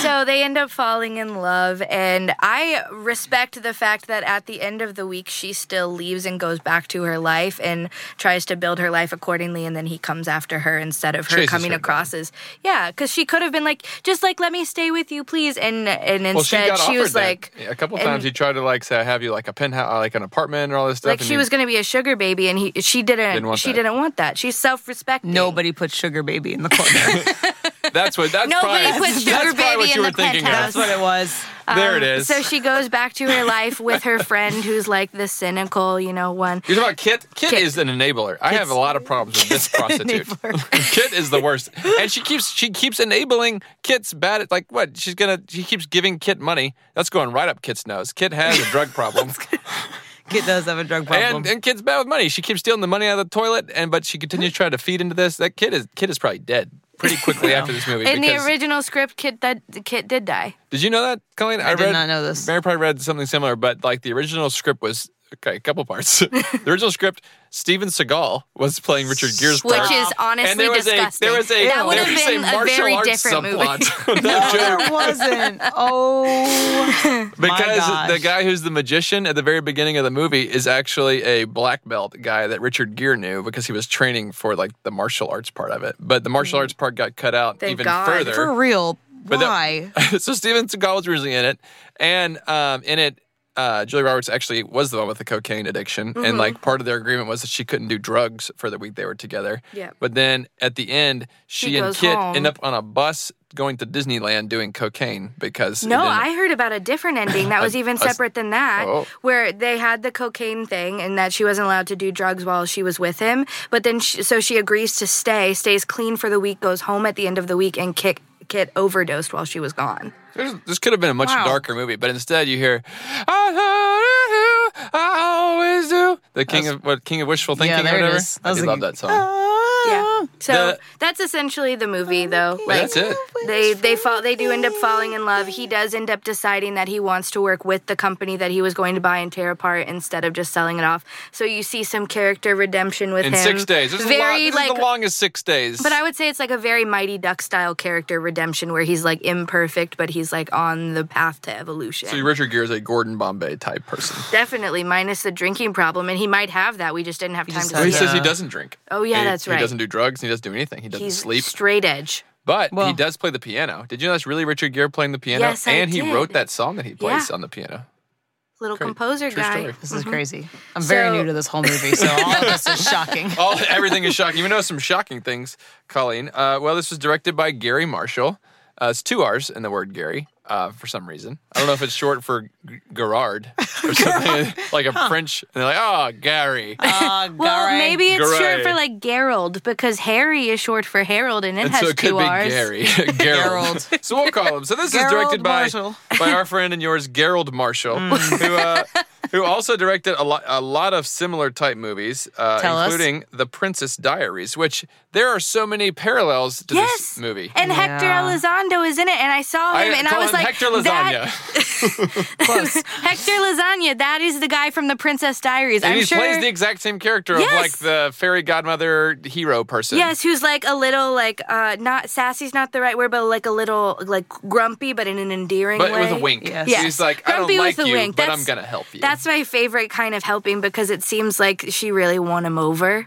[SPEAKER 3] so they end up falling in love, and I respect the fact that at the end of the week she still leaves and goes back to her life and tries to build her life accordingly, and then he comes after her instead of her
[SPEAKER 2] Chases
[SPEAKER 3] coming
[SPEAKER 2] her
[SPEAKER 3] across as yeah, because she could have been like just like let me stay with you, please, and and
[SPEAKER 2] well, she
[SPEAKER 3] instead
[SPEAKER 2] got
[SPEAKER 3] she,
[SPEAKER 2] offered
[SPEAKER 3] was
[SPEAKER 2] that.
[SPEAKER 3] like
[SPEAKER 2] a couple
[SPEAKER 3] and-
[SPEAKER 2] times he tried to like say I have you like a penthouse, uh, like an apartment, and all this stuff.
[SPEAKER 3] like
[SPEAKER 2] and
[SPEAKER 3] she
[SPEAKER 2] he-
[SPEAKER 3] was going to be a sugar baby, and he she didn't,
[SPEAKER 2] Didn't want
[SPEAKER 3] she
[SPEAKER 2] that.
[SPEAKER 3] didn't want that. She's self respecting.
[SPEAKER 1] Nobody put Sugar Baby in the corner.
[SPEAKER 2] That's what. That's
[SPEAKER 3] Nobody
[SPEAKER 2] probably,
[SPEAKER 3] puts
[SPEAKER 2] that's probably
[SPEAKER 3] Sugar Baby
[SPEAKER 2] what you
[SPEAKER 3] in
[SPEAKER 2] were
[SPEAKER 3] the
[SPEAKER 2] thinking
[SPEAKER 1] That's
[SPEAKER 3] penthouse.
[SPEAKER 2] of.
[SPEAKER 1] what it was.
[SPEAKER 2] There it
[SPEAKER 3] Um,
[SPEAKER 2] is.
[SPEAKER 3] So she goes back to her life with her friend who's like the cynical, you know, one.
[SPEAKER 2] You're talking about Kit? Kit?
[SPEAKER 3] Kit.
[SPEAKER 2] is an enabler. I have a lot of problems with this prostitute. Kit is the worst, and she keeps she keeps enabling Kit's bad. At, like what? She's gonna she keeps giving Kit money. That's going right up Kit's nose. Kit has a drug problem,
[SPEAKER 1] Kid does have a drug problem.
[SPEAKER 2] and and Kit's bad with money. She keeps stealing the money out of the toilet, and but she continues trying to feed into this. That Kit is Kit is probably dead pretty quickly after this movie.
[SPEAKER 3] In the
[SPEAKER 2] because-
[SPEAKER 3] original script, Kit that Kit did die.
[SPEAKER 2] Did you know that, Colleen? I,
[SPEAKER 1] did
[SPEAKER 2] read,
[SPEAKER 1] not know this.
[SPEAKER 2] Mary probably read something similar, but like the original script was okay, a couple parts. the original script, Steven Seagal was playing Richard Gere's
[SPEAKER 3] Which
[SPEAKER 2] part,
[SPEAKER 3] is honestly
[SPEAKER 2] and there was
[SPEAKER 3] disgusting.
[SPEAKER 2] A, there was a
[SPEAKER 3] That would
[SPEAKER 2] there
[SPEAKER 3] have
[SPEAKER 2] was
[SPEAKER 3] been a
[SPEAKER 2] martial
[SPEAKER 3] very
[SPEAKER 2] arts
[SPEAKER 3] different movie.
[SPEAKER 1] no,
[SPEAKER 2] subplot. That joke.
[SPEAKER 1] there wasn't. Oh,
[SPEAKER 2] Because
[SPEAKER 1] gosh.
[SPEAKER 2] the guy who's the magician at the very beginning of the movie is actually a black belt guy that Richard Gere knew because he was training for like the martial arts part of it. But the martial arts part got cut out
[SPEAKER 3] Mm. Thank
[SPEAKER 2] even
[SPEAKER 3] God.
[SPEAKER 2] further.
[SPEAKER 1] for real.
[SPEAKER 2] But the-
[SPEAKER 1] Why?
[SPEAKER 2] so Steven Seagal was originally in it, and um, in it, uh, Julie Roberts actually was the one with the cocaine addiction,
[SPEAKER 3] Mm-hmm.
[SPEAKER 2] and like part of their agreement was that she couldn't do drugs for the week they were together.
[SPEAKER 3] Yeah.
[SPEAKER 2] But then at the end, she
[SPEAKER 3] He
[SPEAKER 2] and
[SPEAKER 3] goes
[SPEAKER 2] Kit
[SPEAKER 3] home.
[SPEAKER 2] end up on a bus going to Disneyland doing cocaine because it
[SPEAKER 3] No,
[SPEAKER 2] didn't-
[SPEAKER 3] I heard about a different ending that was even
[SPEAKER 2] I s-
[SPEAKER 3] separate than that,
[SPEAKER 2] Oh.
[SPEAKER 3] where they had the cocaine thing and that she wasn't allowed to do drugs while she was with him. But then, she, so she agrees to stay, stays clean for the week, goes home at the end of the week, and Kit Kit overdosed while she was gone.
[SPEAKER 2] There's, this could have been a much
[SPEAKER 1] Wow.
[SPEAKER 2] darker movie, but instead you hear, "I love you, I always do." The king of what King of Wishful Thinking
[SPEAKER 1] there
[SPEAKER 2] or
[SPEAKER 1] it
[SPEAKER 2] whatever.
[SPEAKER 1] is. That
[SPEAKER 2] I
[SPEAKER 1] was
[SPEAKER 2] do
[SPEAKER 1] a- Oh,
[SPEAKER 2] love that song.
[SPEAKER 3] Yeah. So
[SPEAKER 2] The-
[SPEAKER 3] that's essentially the movie, though. Like,
[SPEAKER 2] that's it.
[SPEAKER 3] They they fall they do end up falling in love. He does end up deciding that he wants to work with the company that he was going to buy and tear apart instead of just selling it off. So you see some character redemption with
[SPEAKER 2] In
[SPEAKER 3] him.
[SPEAKER 2] six days. This,
[SPEAKER 3] very
[SPEAKER 2] is, a lot, this
[SPEAKER 3] like
[SPEAKER 2] is the longest six days.
[SPEAKER 3] but I would say it's like a very Mighty Duck style character redemption where he's like imperfect, but he's like on the path to evolution.
[SPEAKER 2] so Richard Gere is a Gordon Bombay type person.
[SPEAKER 3] Definitely, minus the drinking problem, and he might have that. We just didn't have time
[SPEAKER 1] just
[SPEAKER 3] to.
[SPEAKER 2] Oh,
[SPEAKER 1] has
[SPEAKER 3] see
[SPEAKER 2] he
[SPEAKER 1] Yeah.
[SPEAKER 2] says he doesn't drink.
[SPEAKER 3] Oh, yeah,
[SPEAKER 2] He-
[SPEAKER 3] that's right.
[SPEAKER 2] He doesn't do drugs. and He doesn't do anything. He
[SPEAKER 3] it.
[SPEAKER 2] doesn't
[SPEAKER 3] He's
[SPEAKER 2] sleep.
[SPEAKER 3] straight edge.
[SPEAKER 2] But
[SPEAKER 1] Well-
[SPEAKER 2] he does play the piano. Did you know that's really Richard Gere playing the piano?
[SPEAKER 3] Yes, I
[SPEAKER 2] and he
[SPEAKER 3] did.
[SPEAKER 2] wrote that song that he plays
[SPEAKER 3] Yeah.
[SPEAKER 2] on the piano.
[SPEAKER 3] Little
[SPEAKER 2] Great.
[SPEAKER 3] composer
[SPEAKER 2] True
[SPEAKER 3] guy.
[SPEAKER 2] story.
[SPEAKER 1] This is crazy. I'm very
[SPEAKER 3] Mm-hmm. So-
[SPEAKER 1] new to this whole movie, so all of this is shocking.
[SPEAKER 2] All everything is shocking. Even though some shocking things, Colleen. Uh, well, this was directed by Gary Marshall. Uh, it's two R's in the word Gary uh, for some reason. I don't know if it's short for G- Gerard or something like a French. And they're like, oh, Gary.
[SPEAKER 1] Uh,
[SPEAKER 3] Well,
[SPEAKER 1] Garay.
[SPEAKER 3] maybe it's
[SPEAKER 2] Garay.
[SPEAKER 3] short for like Gerald because Harry is short for Harold, and it
[SPEAKER 2] And
[SPEAKER 3] has
[SPEAKER 2] so it
[SPEAKER 3] two
[SPEAKER 2] could be
[SPEAKER 3] R's.
[SPEAKER 2] Gary. Gerald. so we'll call him. So this is directed
[SPEAKER 1] Gerald
[SPEAKER 2] by,
[SPEAKER 1] Marshall.
[SPEAKER 2] by our friend and yours, Gerald Marshall, who, uh, who also directed a lot, a lot of similar type movies, uh,
[SPEAKER 1] Tell us.
[SPEAKER 2] including The Princess Diaries, which there are so many parallels to
[SPEAKER 3] Yes,
[SPEAKER 2] this movie.
[SPEAKER 3] And Hector
[SPEAKER 1] Yeah.
[SPEAKER 3] Elizondo is in it, and I saw him, and
[SPEAKER 2] call
[SPEAKER 3] I was
[SPEAKER 2] him
[SPEAKER 3] like,
[SPEAKER 2] Hector Lasagna.
[SPEAKER 3] That, Hector Lasagna, that is the guy from the Princess Diaries.
[SPEAKER 2] and
[SPEAKER 3] I'm
[SPEAKER 2] he
[SPEAKER 3] sure.
[SPEAKER 2] plays the exact same character of
[SPEAKER 3] Yes.
[SPEAKER 2] like the fairy godmother hero person.
[SPEAKER 3] Yes, who's like a little like uh not sassy's not the right word, but like a little like grumpy, but in an endearing
[SPEAKER 2] But
[SPEAKER 3] way.
[SPEAKER 2] with a wink.
[SPEAKER 1] Yes.
[SPEAKER 3] Yes.
[SPEAKER 2] He's like,
[SPEAKER 3] Grumpy
[SPEAKER 2] I don't
[SPEAKER 3] with
[SPEAKER 2] like
[SPEAKER 3] a
[SPEAKER 2] you,
[SPEAKER 3] wink.
[SPEAKER 2] but
[SPEAKER 3] That's-
[SPEAKER 2] I'm going to help you.
[SPEAKER 3] That's my favorite kind of helping because it seems like she really won him over.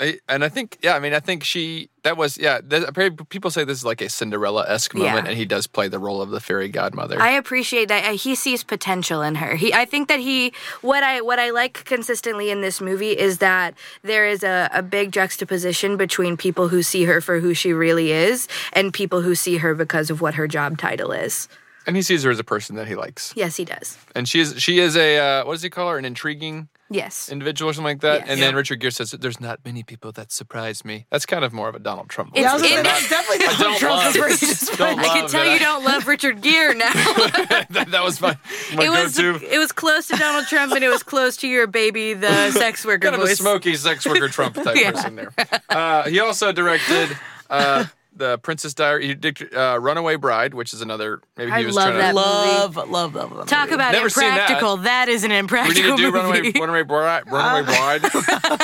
[SPEAKER 2] I, and I think, yeah, I mean, I think she, that was, yeah, th- apparently people say this is like a Cinderella esque
[SPEAKER 3] Yeah.
[SPEAKER 2] moment, and he does play the role of the fairy godmother.
[SPEAKER 3] I appreciate that uh, he sees potential in her. He, I think that he, what I what I like consistently in this movie is that there is a, a big juxtaposition between people who see her for who she really is and people who see her because of what her job title is.
[SPEAKER 2] and he sees her as a person that he likes.
[SPEAKER 3] Yes, he does.
[SPEAKER 2] And she is, she is a, uh, what does he call her? An intriguing
[SPEAKER 3] Yes.
[SPEAKER 2] individual or something like that.
[SPEAKER 3] Yes.
[SPEAKER 2] And
[SPEAKER 3] Yeah.
[SPEAKER 2] then Richard Gere says, There's not many people that surprise me. That's kind of more of a Donald Trump.
[SPEAKER 3] It's-
[SPEAKER 1] Yeah, I was gonna say,
[SPEAKER 3] it-
[SPEAKER 1] that's definitely
[SPEAKER 2] I don't
[SPEAKER 1] Donald Trump.
[SPEAKER 2] love-
[SPEAKER 1] That's where he just
[SPEAKER 2] don't
[SPEAKER 3] I
[SPEAKER 2] love
[SPEAKER 3] can tell
[SPEAKER 2] that
[SPEAKER 3] you
[SPEAKER 2] I-
[SPEAKER 3] don't love Richard Gere now.
[SPEAKER 2] that, that was my, my
[SPEAKER 3] it was
[SPEAKER 2] go-to.
[SPEAKER 3] it was close to Donald Trump and it was close to your baby, the sex worker
[SPEAKER 2] kind of a
[SPEAKER 3] voice.
[SPEAKER 2] smoky sex worker Trump type person there. Uh, he also directed uh, the Princess Diary, he did, uh, Runaway Bride, which is another. Maybe he
[SPEAKER 3] I
[SPEAKER 2] was
[SPEAKER 3] love
[SPEAKER 2] trying
[SPEAKER 3] that
[SPEAKER 2] to.
[SPEAKER 1] love, love, love, love.
[SPEAKER 3] Talk about
[SPEAKER 2] Never seen that.
[SPEAKER 3] impractical. that is an
[SPEAKER 2] We need
[SPEAKER 3] impractical
[SPEAKER 2] to do runaway,
[SPEAKER 3] movie. Uh.
[SPEAKER 2] runaway bride. Runaway bride. we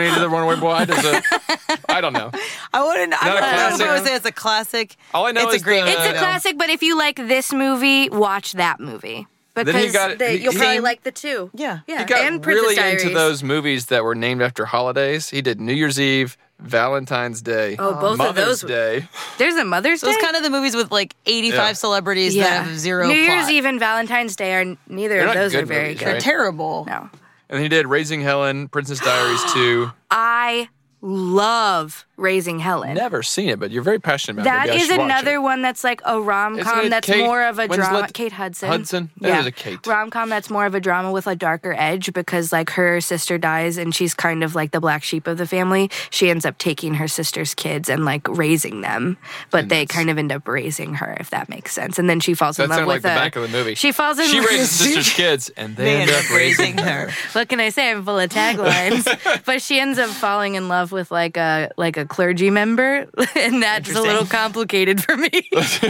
[SPEAKER 2] need to do the runaway bride. As a, I don't know.
[SPEAKER 1] I wouldn't. I
[SPEAKER 2] Not a
[SPEAKER 1] wouldn't I don't know if I
[SPEAKER 2] classic.
[SPEAKER 1] would say it's a classic.
[SPEAKER 2] All I know
[SPEAKER 1] it's
[SPEAKER 2] is
[SPEAKER 1] a great.
[SPEAKER 2] the-
[SPEAKER 3] It's a
[SPEAKER 1] movie.
[SPEAKER 3] classic, but if you like this movie, watch that movie
[SPEAKER 2] he
[SPEAKER 3] because
[SPEAKER 2] got-
[SPEAKER 3] they-
[SPEAKER 2] he-
[SPEAKER 3] you'll
[SPEAKER 2] he-
[SPEAKER 3] probably like the two.
[SPEAKER 1] Yeah.
[SPEAKER 3] yeah.
[SPEAKER 2] He got
[SPEAKER 3] and Princess
[SPEAKER 2] really
[SPEAKER 3] Diaries.
[SPEAKER 2] into those movies that were named after holidays. He did New Year's Eve, Valentine's Day,
[SPEAKER 3] Oh, both of
[SPEAKER 2] Mother's
[SPEAKER 3] those were-
[SPEAKER 2] Day.
[SPEAKER 3] There's a Mother's
[SPEAKER 1] So
[SPEAKER 3] Day.
[SPEAKER 1] it's kind of the movies with like 85
[SPEAKER 2] Yeah.
[SPEAKER 1] celebrities that have zero
[SPEAKER 3] New
[SPEAKER 1] plot.
[SPEAKER 3] Year's Eve and Valentine's Day are neither
[SPEAKER 2] They're
[SPEAKER 3] of
[SPEAKER 2] not
[SPEAKER 3] those
[SPEAKER 2] good
[SPEAKER 3] are very
[SPEAKER 2] movies,
[SPEAKER 3] good.
[SPEAKER 1] They're
[SPEAKER 2] right?
[SPEAKER 1] terrible.
[SPEAKER 3] No,
[SPEAKER 2] And he did Raising Helen, Princess Diaries 2.
[SPEAKER 3] I love Raising Helen.
[SPEAKER 2] Never seen it, but you're very passionate about it.
[SPEAKER 3] That
[SPEAKER 2] Maybe I
[SPEAKER 3] is
[SPEAKER 2] should watch it.
[SPEAKER 3] another one that's like a rom
[SPEAKER 2] Isn't it
[SPEAKER 3] com that's
[SPEAKER 2] Kate
[SPEAKER 3] more of a drama.
[SPEAKER 2] Winslet?
[SPEAKER 3] Kate Hudson.
[SPEAKER 2] Hudson? That is a Kate.
[SPEAKER 3] Rom com that's more of a drama with a darker edge because like her sister dies and she's kind of like the black sheep of the family. She ends up taking her sister's kids and like raising them, but they kind of end up raising her if that makes sense. And then she falls in
[SPEAKER 2] That
[SPEAKER 3] love
[SPEAKER 2] sounded like
[SPEAKER 3] with
[SPEAKER 2] the
[SPEAKER 3] a-
[SPEAKER 2] back of the movie.
[SPEAKER 3] She falls in
[SPEAKER 2] She
[SPEAKER 3] love.
[SPEAKER 2] raised sister's kids, and they,
[SPEAKER 1] They
[SPEAKER 2] end up raising.
[SPEAKER 1] her.
[SPEAKER 3] what can I say? I'm full of taglines. but she ends up falling in love with like a like a clergy member, and that's a
[SPEAKER 1] Interesting.
[SPEAKER 3] little complicated for me because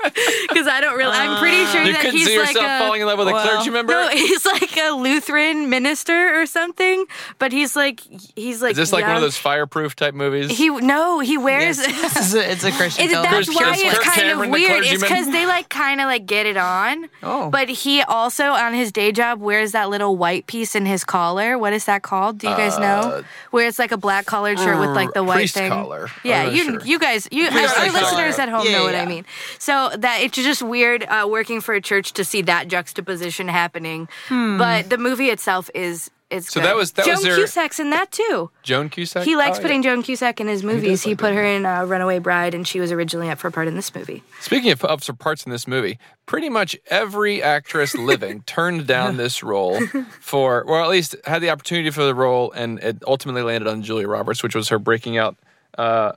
[SPEAKER 3] I don't really. I'm pretty sure
[SPEAKER 2] You
[SPEAKER 3] that
[SPEAKER 2] could
[SPEAKER 3] he's
[SPEAKER 2] see Ah. yourself
[SPEAKER 3] like a
[SPEAKER 2] falling in love with
[SPEAKER 1] well,
[SPEAKER 2] a clergy member.
[SPEAKER 3] no, he's like a Lutheran minister or something. But he's like he's like
[SPEAKER 2] is this like one of
[SPEAKER 3] young.
[SPEAKER 2] those fireproof type movies?
[SPEAKER 3] He no, he wears.
[SPEAKER 1] Yes. it's, a, it's a Christian
[SPEAKER 3] It,
[SPEAKER 1] film.
[SPEAKER 3] that's
[SPEAKER 2] Chris-
[SPEAKER 3] why
[SPEAKER 2] Chris-
[SPEAKER 3] it's
[SPEAKER 2] Kirk
[SPEAKER 3] kind
[SPEAKER 2] Cameron,
[SPEAKER 3] of
[SPEAKER 2] the
[SPEAKER 3] weird. It's
[SPEAKER 2] clergyman.
[SPEAKER 3] because they like kind of like get it on.
[SPEAKER 1] Oh.
[SPEAKER 3] But he also on his day job wears that little white piece in his collar. What is that called? Do you guys know? Where it's like a black collared shirt with like the white
[SPEAKER 2] Uh, priest
[SPEAKER 3] thing.
[SPEAKER 2] collar. I'm
[SPEAKER 3] Yeah,
[SPEAKER 2] not
[SPEAKER 3] you
[SPEAKER 2] sure.
[SPEAKER 3] you guys, you our,
[SPEAKER 2] Priest
[SPEAKER 3] our
[SPEAKER 2] collar.
[SPEAKER 3] listeners at home
[SPEAKER 1] Yeah,
[SPEAKER 3] know what
[SPEAKER 1] yeah.
[SPEAKER 3] I mean. So that it's just weird uh, working for a church to see that juxtaposition happening.
[SPEAKER 1] Hmm.
[SPEAKER 3] But the movie itself is. It's
[SPEAKER 2] So
[SPEAKER 3] good.
[SPEAKER 2] that was- that
[SPEAKER 3] Joan
[SPEAKER 2] was their-
[SPEAKER 3] Cusack's in that too.
[SPEAKER 2] Joan Cusack.
[SPEAKER 3] He likes
[SPEAKER 2] Oh, yeah.
[SPEAKER 3] putting Joan Cusack in his movies. He,
[SPEAKER 2] like
[SPEAKER 3] put
[SPEAKER 2] doing
[SPEAKER 3] her in uh, Runaway Bride, and she was originally up for a part in this movie.
[SPEAKER 2] Speaking of, of some parts in this movie, pretty much every actress living turned down this role for, or at least had the opportunity for the role, and it ultimately landed on Julia Roberts, which was her breaking out uh,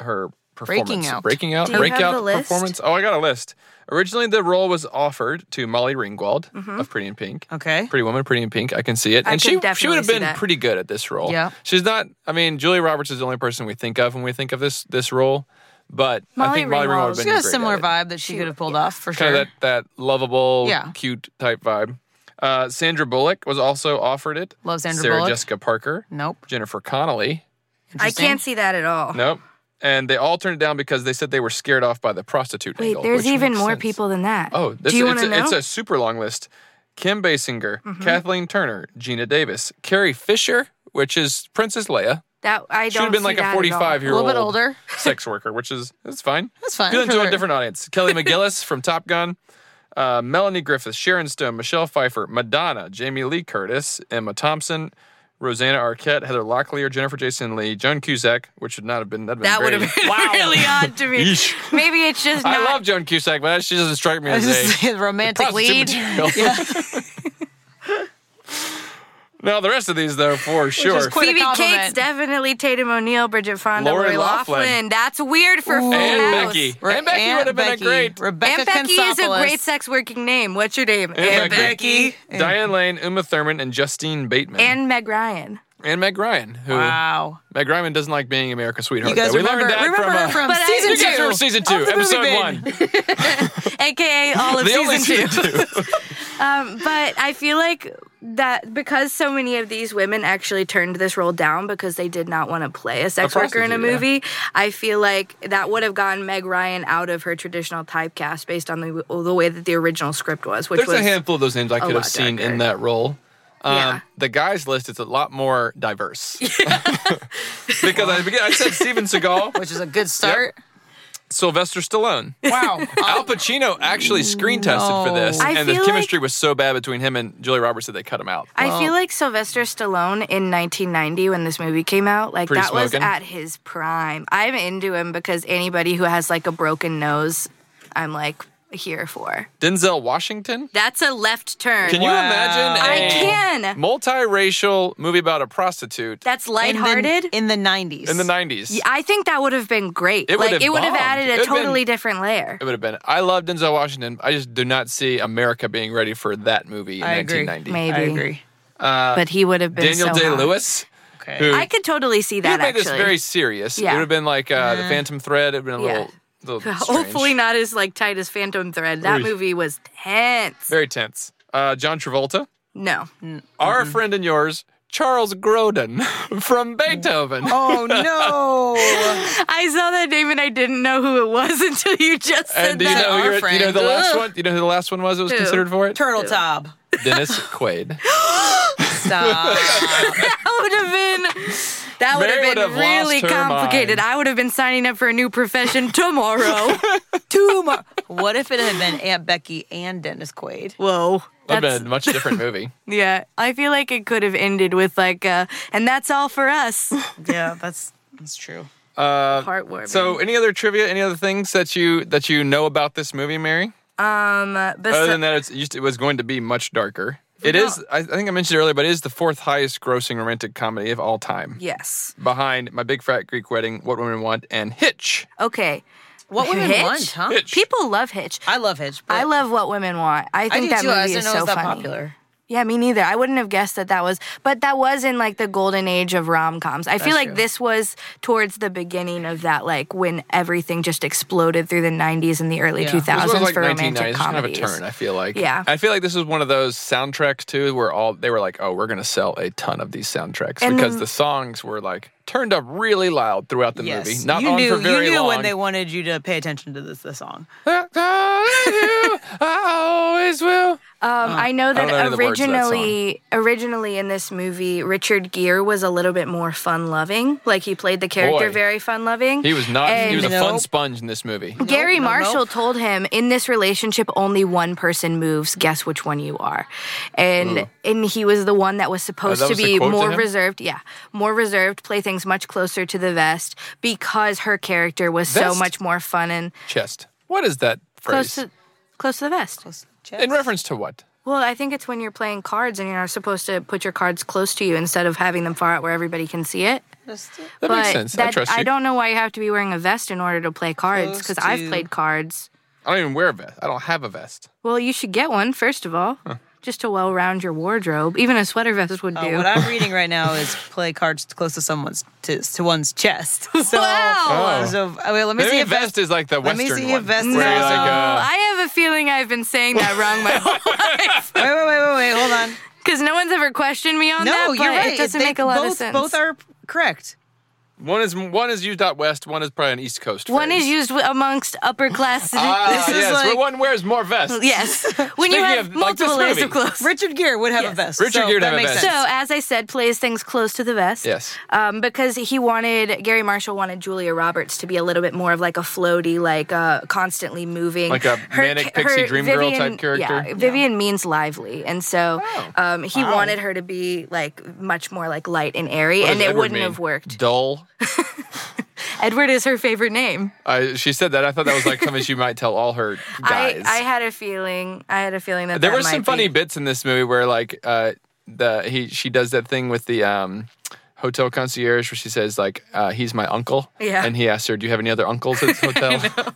[SPEAKER 2] her performance.
[SPEAKER 1] Breaking Out.
[SPEAKER 2] Breaking out.
[SPEAKER 3] Do you have
[SPEAKER 2] breakout
[SPEAKER 3] the list?
[SPEAKER 2] performance. Oh, I got a list. Originally, the role was offered to Molly Ringwald
[SPEAKER 3] Mm-hmm.
[SPEAKER 2] of Pretty in Pink.
[SPEAKER 1] Okay.
[SPEAKER 2] Pretty Woman, Pretty in Pink. I can see it.
[SPEAKER 3] I
[SPEAKER 2] and
[SPEAKER 3] could
[SPEAKER 2] she she
[SPEAKER 3] definitely
[SPEAKER 2] would have
[SPEAKER 3] see
[SPEAKER 2] been
[SPEAKER 3] that.
[SPEAKER 2] pretty good at this role.
[SPEAKER 1] Yeah.
[SPEAKER 2] She's not I mean, Julia Roberts is the only person we think of when we think of this this role, but I
[SPEAKER 3] Molly
[SPEAKER 2] think Molly Ringwald
[SPEAKER 3] Ringwald.
[SPEAKER 2] would have
[SPEAKER 3] She's
[SPEAKER 1] She
[SPEAKER 2] been
[SPEAKER 1] got a
[SPEAKER 2] great
[SPEAKER 1] similar
[SPEAKER 2] at it.
[SPEAKER 1] vibe that she could have pulled off for
[SPEAKER 2] Kind
[SPEAKER 1] sure.
[SPEAKER 2] of that that lovable,
[SPEAKER 1] Yeah.
[SPEAKER 2] cute type vibe. Uh, Sandra Bullock was also offered it.
[SPEAKER 1] Love Sandra
[SPEAKER 2] Sarah
[SPEAKER 1] Bullock.
[SPEAKER 2] Jessica Parker,
[SPEAKER 1] Nope.
[SPEAKER 2] Jennifer Connelly.
[SPEAKER 3] I
[SPEAKER 1] Interesting.
[SPEAKER 3] can't see that at all.
[SPEAKER 2] Nope. And they all turned it down because they said they were scared off by the prostitute
[SPEAKER 3] Wait,
[SPEAKER 2] angle,
[SPEAKER 3] there's
[SPEAKER 2] which
[SPEAKER 3] even
[SPEAKER 2] makes
[SPEAKER 3] more
[SPEAKER 2] sense.
[SPEAKER 3] people than that.
[SPEAKER 2] Oh, this,
[SPEAKER 3] do you want
[SPEAKER 2] it's,
[SPEAKER 3] to
[SPEAKER 2] a,
[SPEAKER 3] know? Mm-hmm.
[SPEAKER 2] it's a super long list. Kim Basinger, Kathleen Turner, Gina Davis, Carrie Fisher, which is Princess Leia.
[SPEAKER 3] that I don't.
[SPEAKER 2] Should have been
[SPEAKER 3] see
[SPEAKER 2] like
[SPEAKER 3] that
[SPEAKER 2] a
[SPEAKER 3] at all.
[SPEAKER 2] 45 year
[SPEAKER 1] A
[SPEAKER 2] old
[SPEAKER 1] little bit older.
[SPEAKER 2] sex worker, which is that's fine.
[SPEAKER 1] That's fine.
[SPEAKER 2] Appealing
[SPEAKER 1] For
[SPEAKER 2] to a
[SPEAKER 1] her.
[SPEAKER 2] different audience. Kelly McGillis from Top Gun, uh, Melanie Griffith, Sharon Stone, Michelle Pfeiffer, Madonna, Jamie Lee Curtis, Emma Thompson, Rosanna Arquette, Heather Locklear, Jennifer Jason Lee, Joan Cusack, which would not have been that'd
[SPEAKER 3] That would
[SPEAKER 2] been
[SPEAKER 3] have
[SPEAKER 2] great.
[SPEAKER 3] been really odd to me.
[SPEAKER 2] Yeesh.
[SPEAKER 3] Maybe it's just not.
[SPEAKER 2] I love Joan Cusack, but that- she doesn't strike me
[SPEAKER 1] I
[SPEAKER 2] as
[SPEAKER 1] was just
[SPEAKER 2] a
[SPEAKER 1] saying, romantic
[SPEAKER 2] prostitute
[SPEAKER 1] lead.
[SPEAKER 2] material. now the rest of these, though, for sure.
[SPEAKER 1] is quite a
[SPEAKER 3] Phoebe
[SPEAKER 1] compliment.
[SPEAKER 3] Cates, definitely Tatum O'Neill, Bridget Fonda,
[SPEAKER 2] Lori
[SPEAKER 3] Lori Loughlin.
[SPEAKER 2] Loughlin.
[SPEAKER 3] That's weird for Full
[SPEAKER 2] and
[SPEAKER 3] House.
[SPEAKER 2] Becky.
[SPEAKER 1] Re-
[SPEAKER 2] and Becky would have been
[SPEAKER 1] Becky.
[SPEAKER 2] a great.
[SPEAKER 1] Rebecca
[SPEAKER 3] And Becky is a
[SPEAKER 1] Kansopoulos.
[SPEAKER 3] great sex working name. What's your name?
[SPEAKER 2] And
[SPEAKER 3] And
[SPEAKER 2] Becky.
[SPEAKER 3] Becky.
[SPEAKER 2] Diane Lane, Uma Thurman, and Justine Bateman,
[SPEAKER 3] And Meg Ryan.
[SPEAKER 2] and Meg Ryan, who
[SPEAKER 1] Wow.
[SPEAKER 2] Meg Ryan doesn't like being America's sweetheart.
[SPEAKER 1] You guys
[SPEAKER 2] though. we
[SPEAKER 1] remember,
[SPEAKER 2] learned that
[SPEAKER 1] remember
[SPEAKER 2] from,
[SPEAKER 1] her
[SPEAKER 2] uh,
[SPEAKER 1] from
[SPEAKER 3] But I-
[SPEAKER 1] season
[SPEAKER 3] You
[SPEAKER 1] two.
[SPEAKER 3] guys
[SPEAKER 2] Guys from season two,
[SPEAKER 1] of the
[SPEAKER 2] episode
[SPEAKER 1] movie
[SPEAKER 2] one.
[SPEAKER 1] bin.
[SPEAKER 3] AKA all of
[SPEAKER 2] The only
[SPEAKER 3] season two.
[SPEAKER 2] season two.
[SPEAKER 3] Um, but I feel like that because so many of these women actually turned this role down because they did not want to play a sex
[SPEAKER 2] A
[SPEAKER 3] worker in a
[SPEAKER 2] prostitute, yeah.
[SPEAKER 3] movie, I feel like that would have gotten Meg Ryan out of her traditional typecast based on the, the way that the original script was, which
[SPEAKER 2] There's
[SPEAKER 3] was
[SPEAKER 2] a handful of those names I could have
[SPEAKER 3] lot
[SPEAKER 2] seen in
[SPEAKER 3] darker.
[SPEAKER 2] that role. Um,
[SPEAKER 3] Yeah.
[SPEAKER 2] The guys list is a lot more diverse because I, begin- I said Steven Seagal,
[SPEAKER 1] Which is a good start.
[SPEAKER 2] Sylvester Stallone,
[SPEAKER 1] Wow.
[SPEAKER 2] Al Pacino actually screen tested for this,
[SPEAKER 3] I
[SPEAKER 2] and the
[SPEAKER 3] feel
[SPEAKER 2] chemistry was so bad between him and Julia Roberts that they cut him out.
[SPEAKER 3] I feel like Sylvester Stallone in 1990 when this movie came out, like
[SPEAKER 2] Pretty
[SPEAKER 3] that was
[SPEAKER 2] smokin'.
[SPEAKER 3] at his prime. I'm into him because anybody who has like a broken nose, I'm like here for.
[SPEAKER 2] Denzel Washington.
[SPEAKER 3] That's a left turn.
[SPEAKER 2] Can you
[SPEAKER 1] Wow.
[SPEAKER 2] imagine
[SPEAKER 3] I
[SPEAKER 2] a
[SPEAKER 3] can.
[SPEAKER 2] multiracial movie about a prostitute
[SPEAKER 3] That's
[SPEAKER 1] In the,
[SPEAKER 3] lighthearted.
[SPEAKER 1] in the 90s.
[SPEAKER 2] in the '90s?
[SPEAKER 3] I think that would have been great.
[SPEAKER 2] It would
[SPEAKER 3] like
[SPEAKER 2] have
[SPEAKER 3] it would have
[SPEAKER 2] bombed.
[SPEAKER 3] added
[SPEAKER 2] It
[SPEAKER 3] a
[SPEAKER 2] would have
[SPEAKER 3] totally
[SPEAKER 2] been-
[SPEAKER 3] different layer.
[SPEAKER 2] It would have been. I love Denzel Washington. I just do not see America being ready for that movie in
[SPEAKER 1] I agree.
[SPEAKER 2] 1990.
[SPEAKER 3] Maybe.
[SPEAKER 1] I agree.
[SPEAKER 3] but he would have been
[SPEAKER 2] Uh, Daniel
[SPEAKER 3] so
[SPEAKER 2] Day
[SPEAKER 3] hot.
[SPEAKER 2] Lewis.
[SPEAKER 1] Okay.
[SPEAKER 2] Who
[SPEAKER 3] I could totally see that
[SPEAKER 2] made
[SPEAKER 3] actually.
[SPEAKER 2] this very serious. It
[SPEAKER 3] Yeah.
[SPEAKER 2] would have been like uh, the Phantom Thread. It would have been a
[SPEAKER 3] Yeah.
[SPEAKER 2] little, little strange.
[SPEAKER 3] Hopefully not as like tight as Phantom Thread. That
[SPEAKER 2] Oof.
[SPEAKER 3] movie was tense.
[SPEAKER 2] Very Mm. tense. Uh, John Travolta,
[SPEAKER 3] no.
[SPEAKER 2] our friend and yours, Charles Grodin from Beethoven.
[SPEAKER 1] Oh, no.
[SPEAKER 3] I saw that name and I didn't know who it was until you just said
[SPEAKER 2] and do you
[SPEAKER 3] that.
[SPEAKER 1] our
[SPEAKER 2] know, who your- you know
[SPEAKER 1] friend.
[SPEAKER 2] the last
[SPEAKER 1] Ugh.
[SPEAKER 2] one. You know who the last one was? It was
[SPEAKER 3] Who?
[SPEAKER 2] considered for it.
[SPEAKER 1] Turtle Top.
[SPEAKER 2] Dennis Quaid.
[SPEAKER 1] Stop.
[SPEAKER 3] that would have been that would
[SPEAKER 2] Mary
[SPEAKER 3] have
[SPEAKER 2] would
[SPEAKER 3] been
[SPEAKER 2] have lost
[SPEAKER 3] really
[SPEAKER 2] her
[SPEAKER 3] complicated.
[SPEAKER 2] mind.
[SPEAKER 3] I would have been signing up for a new profession tomorrow.
[SPEAKER 1] Too much. What if it had been Aunt Becky and Dennis Quaid?
[SPEAKER 3] Whoa.
[SPEAKER 2] That'd
[SPEAKER 3] That's-
[SPEAKER 2] been a much different movie.
[SPEAKER 3] yeah, I feel like it could have ended with like, uh, and that's all for us.
[SPEAKER 1] Yeah, that's that's true.
[SPEAKER 3] Heartwarming.
[SPEAKER 2] So, any other trivia? Any other things that you that you know about this movie, Mary?
[SPEAKER 3] Uh, bes-
[SPEAKER 2] Other than that, it's, it used to- it was going to be much darker. It is. I I think I mentioned earlier, but it is the fourth highest grossing romantic comedy of all time,
[SPEAKER 3] yes.
[SPEAKER 2] behind My Big Fat Greek Wedding, What Women Want, and Hitch.
[SPEAKER 3] Okay.
[SPEAKER 1] What women
[SPEAKER 3] Hitch?
[SPEAKER 1] want, huh?
[SPEAKER 2] Hitch.
[SPEAKER 3] People love Hitch.
[SPEAKER 1] I love Hitch. But
[SPEAKER 3] I love what women want. I
[SPEAKER 1] I
[SPEAKER 3] think
[SPEAKER 1] do
[SPEAKER 3] that
[SPEAKER 1] too.
[SPEAKER 3] movie
[SPEAKER 1] I just didn't
[SPEAKER 3] is
[SPEAKER 1] know
[SPEAKER 3] so
[SPEAKER 1] it was that
[SPEAKER 3] funny.
[SPEAKER 1] popular.
[SPEAKER 3] Yeah, me neither. I wouldn't have guessed that that was, but that was in like the golden age of rom coms. I feel like
[SPEAKER 1] true.
[SPEAKER 3] this was towards the beginning of that, like when everything just exploded through the 90s and the early
[SPEAKER 1] Yeah.
[SPEAKER 3] 2000s
[SPEAKER 2] This was like
[SPEAKER 3] for
[SPEAKER 2] 1990s.
[SPEAKER 3] romantic
[SPEAKER 2] It's kind of a
[SPEAKER 3] comedies.
[SPEAKER 2] turn. I feel like.
[SPEAKER 3] Yeah.
[SPEAKER 2] I feel like this is one of those soundtracks too, where all they were like, "Oh, we're gonna sell a ton of these soundtracks,"
[SPEAKER 3] And
[SPEAKER 2] because
[SPEAKER 3] then-
[SPEAKER 2] the songs were like turned up really loud throughout the
[SPEAKER 1] Yes,
[SPEAKER 2] movie. Not
[SPEAKER 1] you
[SPEAKER 2] on
[SPEAKER 1] knew
[SPEAKER 2] for very
[SPEAKER 1] you knew
[SPEAKER 2] long.
[SPEAKER 1] when they wanted you to pay attention to this the song.
[SPEAKER 2] I always will.
[SPEAKER 3] Um, I know
[SPEAKER 2] don't
[SPEAKER 3] that
[SPEAKER 2] know any of the words to that
[SPEAKER 3] originally, originally in this movie, Richard Gere was a little bit more fun loving. Like he played the character
[SPEAKER 2] Boy.
[SPEAKER 3] very fun loving.
[SPEAKER 2] He was not. he
[SPEAKER 3] And-
[SPEAKER 2] was a fun
[SPEAKER 1] Nope.
[SPEAKER 2] sponge in this movie.
[SPEAKER 3] Gary
[SPEAKER 1] no,
[SPEAKER 3] Marshall
[SPEAKER 1] no.
[SPEAKER 3] told him in this relationship only one person moves. Guess which one you are, and and he was the one that was supposed
[SPEAKER 2] that was
[SPEAKER 3] to
[SPEAKER 2] the
[SPEAKER 3] be
[SPEAKER 2] quote to
[SPEAKER 3] more
[SPEAKER 2] him?
[SPEAKER 3] reserved. Yeah, more reserved, play things much closer to the vest because her character was so
[SPEAKER 2] Vest?
[SPEAKER 3] much more fun and
[SPEAKER 2] Chest. What is that
[SPEAKER 3] close
[SPEAKER 2] phrase?
[SPEAKER 3] to close to the vest.
[SPEAKER 2] in reference to what?
[SPEAKER 3] Well, I think it's when you're playing cards and you're not supposed to put your cards close to you instead of having them far out where everybody can see it.
[SPEAKER 1] Just
[SPEAKER 2] That
[SPEAKER 3] but
[SPEAKER 2] makes sense. I
[SPEAKER 3] that-
[SPEAKER 2] trust you.
[SPEAKER 3] I don't know why you have to be wearing a vest in order to play cards
[SPEAKER 1] Close
[SPEAKER 3] because I've
[SPEAKER 1] to-
[SPEAKER 3] played cards.
[SPEAKER 2] I don't even wear a vest. I don't have a vest.
[SPEAKER 3] Well, you should get one first of all, just to well round your wardrobe. Even a sweater vest would do.
[SPEAKER 1] Uh, what I'm reading right now is play cards close to someone's to, to one's chest. So,
[SPEAKER 3] Wow.
[SPEAKER 2] Oh.
[SPEAKER 1] so uh, wait, let me
[SPEAKER 2] Maybe
[SPEAKER 1] see
[SPEAKER 2] a
[SPEAKER 1] if
[SPEAKER 2] vest is like the
[SPEAKER 1] Let
[SPEAKER 2] Western
[SPEAKER 1] me see a
[SPEAKER 2] one.
[SPEAKER 1] vest
[SPEAKER 2] where
[SPEAKER 1] is
[SPEAKER 2] you're
[SPEAKER 1] also-
[SPEAKER 2] like, uh,
[SPEAKER 3] I have a feeling I've been saying that wrong my whole life
[SPEAKER 1] Wait, wait, wait, wait, wait. Hold on.
[SPEAKER 3] because no one's ever questioned me on
[SPEAKER 1] No,
[SPEAKER 3] that.
[SPEAKER 1] you're
[SPEAKER 3] but
[SPEAKER 1] right.
[SPEAKER 3] It doesn't
[SPEAKER 1] They
[SPEAKER 3] make a lot
[SPEAKER 1] both,
[SPEAKER 3] of sense.
[SPEAKER 1] Both are correct.
[SPEAKER 2] one is one is used out west. One is probably an East Coast.
[SPEAKER 3] one
[SPEAKER 2] phrase.
[SPEAKER 3] is used wi- amongst upper class.
[SPEAKER 2] Ah,
[SPEAKER 1] This is
[SPEAKER 2] yes,
[SPEAKER 1] like-
[SPEAKER 2] where one wears more vests.
[SPEAKER 3] yes, when you
[SPEAKER 2] Speaking
[SPEAKER 3] have
[SPEAKER 2] of, like, this
[SPEAKER 3] multiple layers
[SPEAKER 2] movie.
[SPEAKER 3] of clothes.
[SPEAKER 1] Richard Gere would have a
[SPEAKER 3] Yes.
[SPEAKER 1] vest.
[SPEAKER 2] Richard
[SPEAKER 1] so
[SPEAKER 2] Gere would
[SPEAKER 1] that
[SPEAKER 2] have a
[SPEAKER 1] makes
[SPEAKER 2] vest.
[SPEAKER 1] sense.
[SPEAKER 3] So, as I said, plays things close to the vest.
[SPEAKER 2] Yes.
[SPEAKER 3] Um, because he wanted Gary Marshall wanted Julia Roberts to be a little bit more of like a floaty, like uh, constantly moving,
[SPEAKER 2] Like a manic pixie dream girl type character? Oh,
[SPEAKER 3] Yeah, Vivian means lively, and so um, he
[SPEAKER 2] Wow.
[SPEAKER 3] wanted her to be like much more like light and airy,
[SPEAKER 2] What
[SPEAKER 3] and
[SPEAKER 2] does
[SPEAKER 3] it
[SPEAKER 2] Edward
[SPEAKER 3] wouldn't
[SPEAKER 2] mean?
[SPEAKER 3] have worked.
[SPEAKER 2] Dull.
[SPEAKER 3] Edward is her favorite name.
[SPEAKER 2] I, she said that. I thought that was like something she might tell all her guys.
[SPEAKER 3] I, I had a feeling. I had a feeling that
[SPEAKER 2] there
[SPEAKER 3] that
[SPEAKER 2] were some
[SPEAKER 3] might
[SPEAKER 2] funny
[SPEAKER 3] Be.
[SPEAKER 2] bits in this movie where like uh the he she does that thing with the um hotel concierge where she says like uh, he's my uncle
[SPEAKER 3] Yeah.
[SPEAKER 2] and he asks her do you have any other uncles at this hotel that,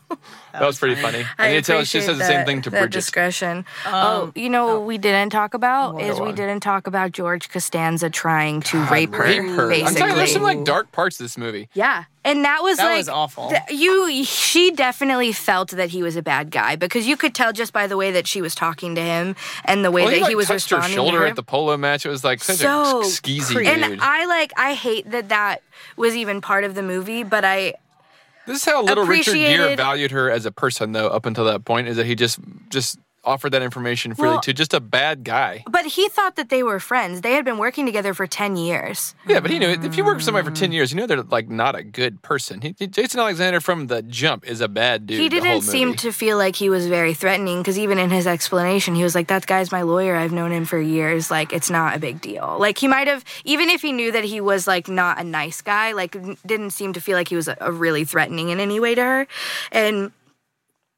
[SPEAKER 2] was pretty funny,
[SPEAKER 3] I
[SPEAKER 2] and he tells she
[SPEAKER 3] appreciate
[SPEAKER 2] says the same
[SPEAKER 3] that-
[SPEAKER 2] thing to
[SPEAKER 3] that
[SPEAKER 2] Bridget
[SPEAKER 3] Discretion.
[SPEAKER 1] Um,
[SPEAKER 3] oh, you know what we didn't talk about is
[SPEAKER 2] Go
[SPEAKER 3] we
[SPEAKER 2] on.
[SPEAKER 3] didn't talk about George Costanza trying to rape her.
[SPEAKER 2] rape her I'm
[SPEAKER 3] Basically,
[SPEAKER 2] telling you, there's some like dark parts of this movie
[SPEAKER 3] yeah, and that was
[SPEAKER 1] That
[SPEAKER 3] like
[SPEAKER 1] was awful.
[SPEAKER 3] th- you, she definitely felt that he was a bad guy because you could tell just by the way that she was talking to him and the way
[SPEAKER 2] well,
[SPEAKER 3] that
[SPEAKER 2] he,
[SPEAKER 3] he,
[SPEAKER 2] like,
[SPEAKER 3] was
[SPEAKER 2] touched her
[SPEAKER 3] responding
[SPEAKER 2] shoulder
[SPEAKER 3] to her.
[SPEAKER 2] at the polo match it was like such
[SPEAKER 3] So
[SPEAKER 2] a skeezy
[SPEAKER 1] creepy.
[SPEAKER 2] dude
[SPEAKER 3] and I like I hate that that was even part of the movie, but I
[SPEAKER 2] This is how little Richard Gere
[SPEAKER 3] appreciated-
[SPEAKER 2] valued her as a person, though, up until that point, is that he just just offered that information freely
[SPEAKER 3] Well-
[SPEAKER 2] to just a bad guy.
[SPEAKER 3] but he thought that they were friends. They had been working together for ten years.
[SPEAKER 2] Yeah, but he knew if you work with somebody for ten years, you know they're like not a good person. He, he- Jason Alexander from the jump is a bad dude.
[SPEAKER 3] he
[SPEAKER 2] the whole
[SPEAKER 3] didn't seem
[SPEAKER 2] movie.
[SPEAKER 3] to feel like he was very threatening because even in his explanation he was like that guy's my lawyer i've known him for years like it's not a big deal like he might have even if he knew that he was like not a nice guy like n- didn't seem to feel like he was a, a really threatening in any way to her and